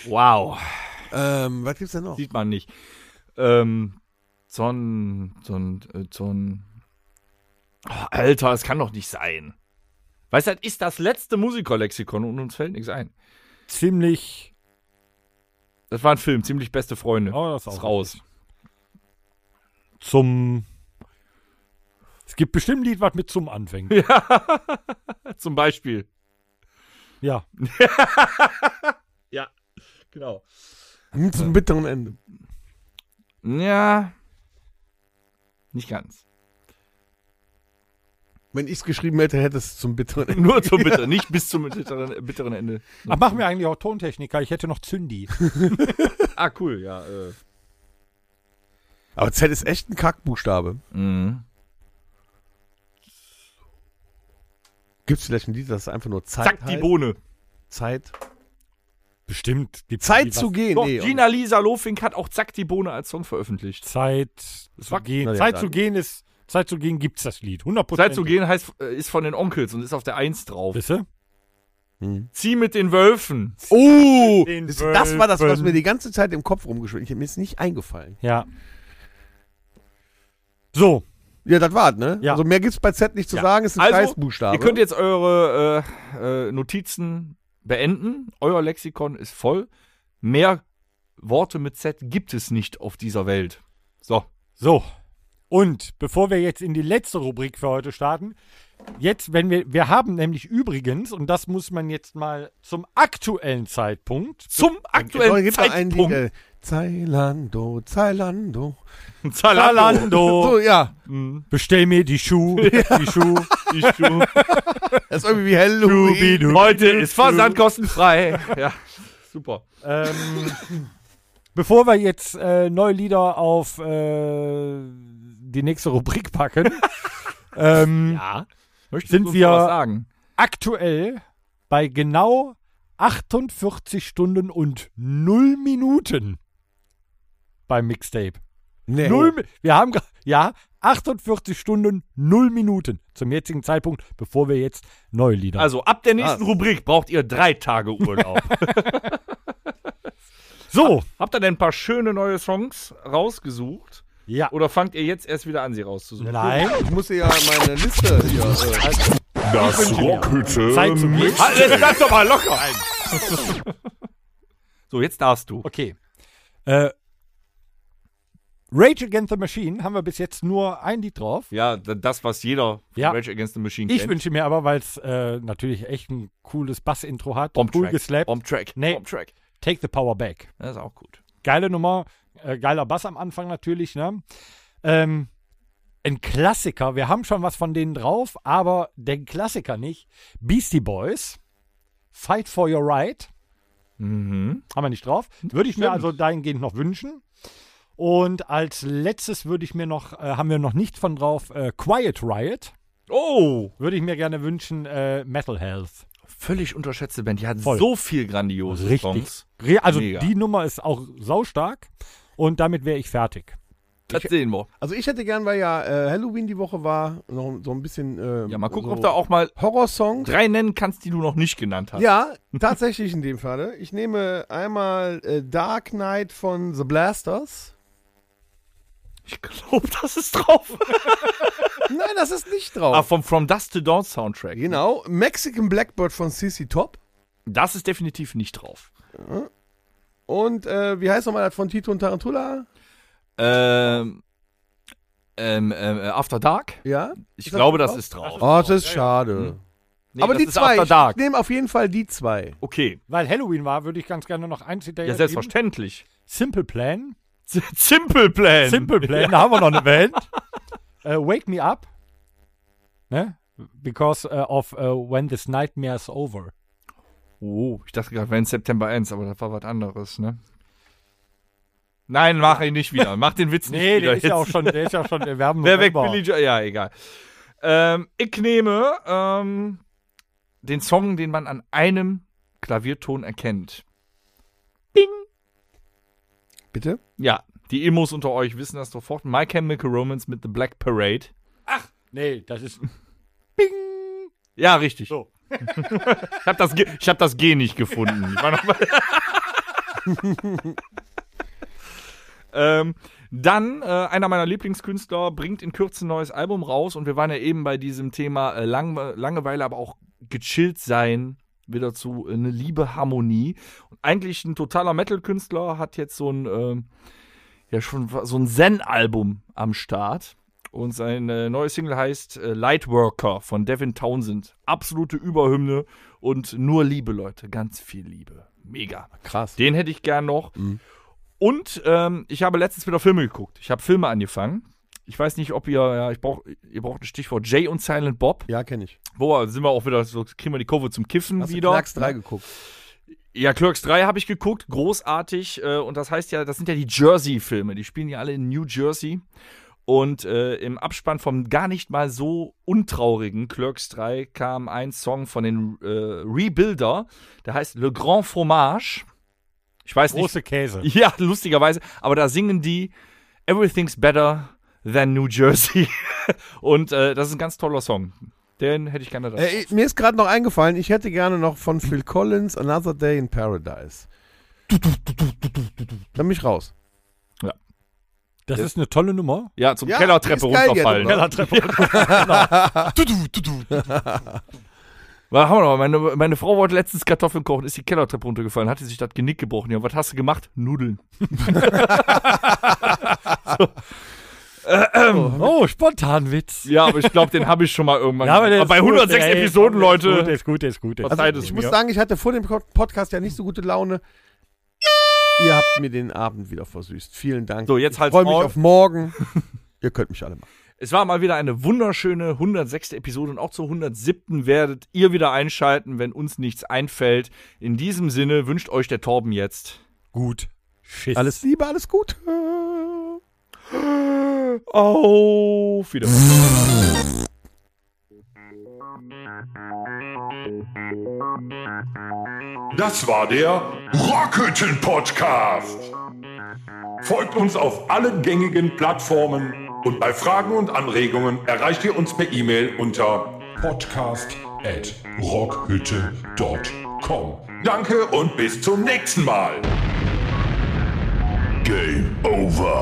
D: Wow.
C: Ähm, was gibt's denn noch?
D: Sieht man nicht. Ähm, Zon, Zon, äh, Zon. Oh, Alter, das kann doch nicht sein. Weißt du, das ist das letzte Musikerlexikon und uns fällt nichts ein.
B: Ziemlich.
D: Das war ein Film, ziemlich beste Freunde.
B: Oh, das ist
D: ist
B: auch
D: raus.
B: Zum. Es gibt bestimmt ein Lied, was mit zum anfängt.
D: Zum Beispiel.
B: Ja.
D: Ja, genau.
C: Hm, Zum bitteren Ende.
D: Ja. Nicht ganz.
C: Wenn ich's geschrieben hätte, hätte es zum bitteren Ende.
D: Nur zum bitteren, nicht bis zum bitteren, äh, bitteren Ende.
B: Ach, machen wir eigentlich auch Tontechniker. Ich hätte noch Zündi.
D: Ah, cool, ja. Äh.
C: Aber Z ist echt ein Kackbuchstabe.
D: Mhm.
C: Gibt's vielleicht ein Lied, das einfach nur Zeit
D: Zack, die
C: heißt?
D: Bohne.
C: Zeit.
B: Bestimmt. Gibt's
C: Zeit
B: die
C: zu
B: was-
C: gehen.
D: Doch,
C: nee,
D: Gina Lisa Lofink hat auch Zack, die Bohne als Song veröffentlicht.
B: Zeit zu
D: war-
B: gehen.
C: Na ja,
B: Zeit
C: dann.
B: zu gehen ist. Zeit zu gehen gibt's das Lied. 100%.
D: Zeit zu gehen heißt, äh, ist von den Onkels und ist auf der Eins drauf.
B: Wisse?
C: Hm.
D: Zieh mit den Wölfen.
C: Oh!
B: Den
C: Das, das war das, was
B: Wölfen.
C: mir die ganze Zeit im Kopf rumgeschwirrt. Ich hab mir jetzt nicht eingefallen.
B: Ja. So.
C: Ja, das war's, ne?
B: Ja.
C: Also mehr gibt's bei Z nicht zu sagen, ist ein
D: Also,
C: Scheißbuchstabe.
D: Ihr könnt jetzt eure äh, äh, Notizen beenden. Euer Lexikon ist voll. Mehr Worte mit Z gibt es nicht auf dieser Welt. So.
B: So. Und bevor wir jetzt in die letzte Rubrik für heute starten, jetzt, wenn wir, wir haben nämlich übrigens, und das muss man jetzt mal zum aktuellen Zeitpunkt,
D: Zum
C: Leute,
D: aktuellen
C: gibt's noch ein Lied,
D: Zeitpunkt.
C: äh, Zeilando, Zeilando.
D: Zalando.
B: Zalando,
C: So, ja.
B: bestell mir die Schuhe, die Schuhe,
D: Ich, du,
C: Das ist irgendwie wie Halloween.
D: Heute ist Versand kostenfrei. Ja, super.
B: Ähm, bevor wir jetzt äh, neue Lieder auf äh, die nächste Rubrik packen, ähm,
D: Ja. Möchtest
B: Sind
D: du uns
B: wir-
D: noch was sagen?
B: aktuell bei genau 48 Stunden und 0 Minuten beim Mixtape.
C: Nee.
B: Null, Mi- wir haben, gra- ja, 48 Stunden, 0 Minuten zum jetzigen Zeitpunkt, bevor wir jetzt neue Lieder.
D: Also ab der nächsten Rubrik braucht ihr drei Tage Urlaub.
B: so,
D: Habt ihr denn ein paar schöne neue Songs rausgesucht?
B: ja.
D: Oder fangt ihr jetzt erst wieder an, sie rauszusuchen?
B: Nein,
C: Ich muss hier ja meine Liste hier. Äh,
A: Das Rockhütte
B: Zeit zu gehen.
D: Halt, jetzt bleib doch mal locker ein. so, jetzt darfst du.
B: Okay. Äh, Rage Against the Machine haben wir bis jetzt nur ein Lied drauf.
D: Ja, d- das, was jeder von
B: Ja.
D: Rage Against the Machine
B: Ich
D: kennt.
B: wünsche mir aber, weil es äh, natürlich echt ein cooles Bass-Intro hat, cool
D: Bomb-Track.
B: geslappt,
D: Bomb-Track.
B: Nee.
D: Bomb-Track.
B: Take the Power Back.
D: Das ist auch gut.
B: geile Nummer, äh, geiler Bass am Anfang natürlich, ne? Ähm, ein Klassiker, wir haben schon was von denen drauf, aber den Klassiker nicht. Beastie Boys, Fight for Your Right,
D: Mhm.
B: haben wir nicht drauf. Würde ich mir also dahingehend noch wünschen. Und als letztes würde ich mir noch, äh, haben wir noch nicht von drauf, äh, Quiet Riot,
D: Oh!
B: würde ich mir gerne wünschen, äh, Metal Health.
D: völlig unterschätzte Band. Die hat
B: Voll.
D: so viel grandiose
B: Richtig.
D: Songs.
B: Re- Also
D: Mega.
B: die Nummer ist auch saustark und damit wäre ich fertig.
D: Das sehen wir.
C: Also ich hätte gern, weil ja äh, Halloween die Woche war, noch so ein bisschen äh,
D: Ja, mal gucken,
C: so
B: Also
D: ob da auch mal
C: Horrorsongs.
D: drei nennen kannst, die du noch nicht genannt hast.
C: Ja, tatsächlich in dem Falle. Ich nehme einmal äh, Dark Knight von The Blasters.
D: Ich glaube, das ist drauf.
C: Nein, das ist nicht
D: Ah,
C: drauf.
D: vom From Dust to Dawn Soundtrack.
C: Genau. Mexican Blackbird von CC Top.
D: Das ist definitiv nicht drauf.
C: Und äh, wie heißt nochmal das von Tito und Tarantula?
D: Ähm, ähm, ähm, After Dark?
C: Ja.
D: Ich
C: Ist das
D: glaube, das
C: drauf?
D: ist drauf.
C: Oh, das ist schade.
D: Nee,
C: Aber
D: das
C: die
D: ist
C: zwei,
D: After Dark.
C: ich nehme auf jeden Fall die zwei.
D: Okay,
B: Weil Halloween war, würde ich ganz gerne noch eins hinterher
D: ja, selbstverständlich.
B: geben. Simple Plan.
D: Simple Plan.
B: Simple Plan, da haben wir noch eine Band. äh, Wake Me Up. Ne? Because äh, of äh, When This Nightmare is Over.
D: Oh, ich dachte gerade, wenn September 1, aber das war was anderes, ne? Nein, mach ihn nicht wieder. Mach den Witz nicht
B: Nee,
D: wieder.
B: der ist ja auch
D: jetzt.
B: schon, der ist ja schon, wir haben
D: Wer weg,
B: November.
D: Billy Joel? Ja, egal. Ähm, ich nehme ähm, den Song, den man an einem Klavierton erkennt.
C: Bitte?
D: Ja, die Emos unter euch wissen das sofort. My Chemical Romance mit The Black Parade.
B: Nee, das ist,
D: Ja, richtig.
B: So.
D: ich habe das, G- ich hab das G nicht gefunden. Ich war noch bei- ähm, dann, äh, einer meiner Lieblingskünstler bringt in Kürze ein neues Album raus und wir waren ja eben bei diesem Thema äh, Lang Langeweile, aber auch gechillt sein, wieder zu äh, eine liebe Harmonie. Und eigentlich ein totaler Metal-Künstler hat jetzt so ein, ähm, ja, schon so ein Zen-Album am Start. Und seine neue Single heißt äh, Lightworker von Devin Townsend. Absolute Überhymne und nur Liebe, Leute. Ganz viel Liebe. Mega.
C: Krass.
D: Den hätte ich gern noch.
C: Mhm.
D: Und ähm, ich habe letztens wieder Filme geguckt. Ich habe Filme angefangen. Ich weiß nicht, ob ihr, ja, ich brauch, ihr braucht das Stichwort Jay und Silent Bob.
C: Ja, kenne ich.
D: Boah, sind wir auch wieder, so kriegen wir die Kurve zum Kiffen
C: Hast
D: wieder.
C: du Knacks 3 geguckt?
D: Ja, Clerks 3 habe ich geguckt, großartig. Äh, und das heißt ja, das sind ja die Jersey-Filme. Die spielen ja alle in New Jersey. Und äh, im Abspann vom gar nicht mal so untraurigen Clerks 3 kam ein Song von den äh, Rebuilder, der heißt Le Grand Fromage. Ich weiß nicht,
B: große Käse.
D: ja, lustigerweise. Aber da singen die Everything's Better Than New Jersey. Und äh, das ist ein ganz toller Song. Den hätte ich gerne da.
C: Äh, ich- mir ist gerade noch eingefallen, ich hätte gerne noch von Phil Collins Another Day in Paradise. Dann mich raus.
B: Das ist eine tolle Nummer.
D: ja, zum
C: Ja,
D: Kellertreppe
C: ist geil,
D: runterfallen. ne?
C: ja, genau. du-
B: Kellertreppe.
D: Was haben wir noch? Meine, meine Frau wollte letztens Kartoffeln kochen, ist die Kellertreppe runtergefallen, hat sie sich das Genick gebrochen. Ja, was hast du gemacht? Nudeln. Mhm.
B: Oh, Spontanwitz.
D: Ja, aber ich glaube, den habe ich schon mal irgendwann.
B: Ja, aber der
D: gemacht.
B: ist
D: bei
B: gut,
D: 106
B: der ist
D: Episoden,
B: gut, der ist gut, Der
D: Leute.
B: ist gut, der ist gut. Also Der ist
D: Verzeiht es
C: Ich
D: mir.
C: muss sagen, ich hatte vor dem Pod- Podcast ja nicht so gute Laune. Ihr habt mir den Abend wieder versüßt. Vielen Dank.
D: So, jetzt
C: ich
D: halt's
C: freue mich
D: Maul.
C: auf morgen. Ihr könnt mich alle mal.
D: Es war mal wieder eine wunderschöne 106. Episode und auch zur 107. werdet ihr wieder einschalten, wenn uns nichts einfällt. In diesem Sinne wünscht euch der Torben jetzt.
B: gut. Schiss.
C: Alles Liebe, alles Gute.
D: Auf wieder.
A: Das war der Rockhütten Podcast. Folgt uns auf allen gängigen Plattformen und bei Fragen und Anregungen erreicht ihr uns per E-Mail unter podcast@rockhütte.com. Danke und bis zum nächsten Mal. Game over.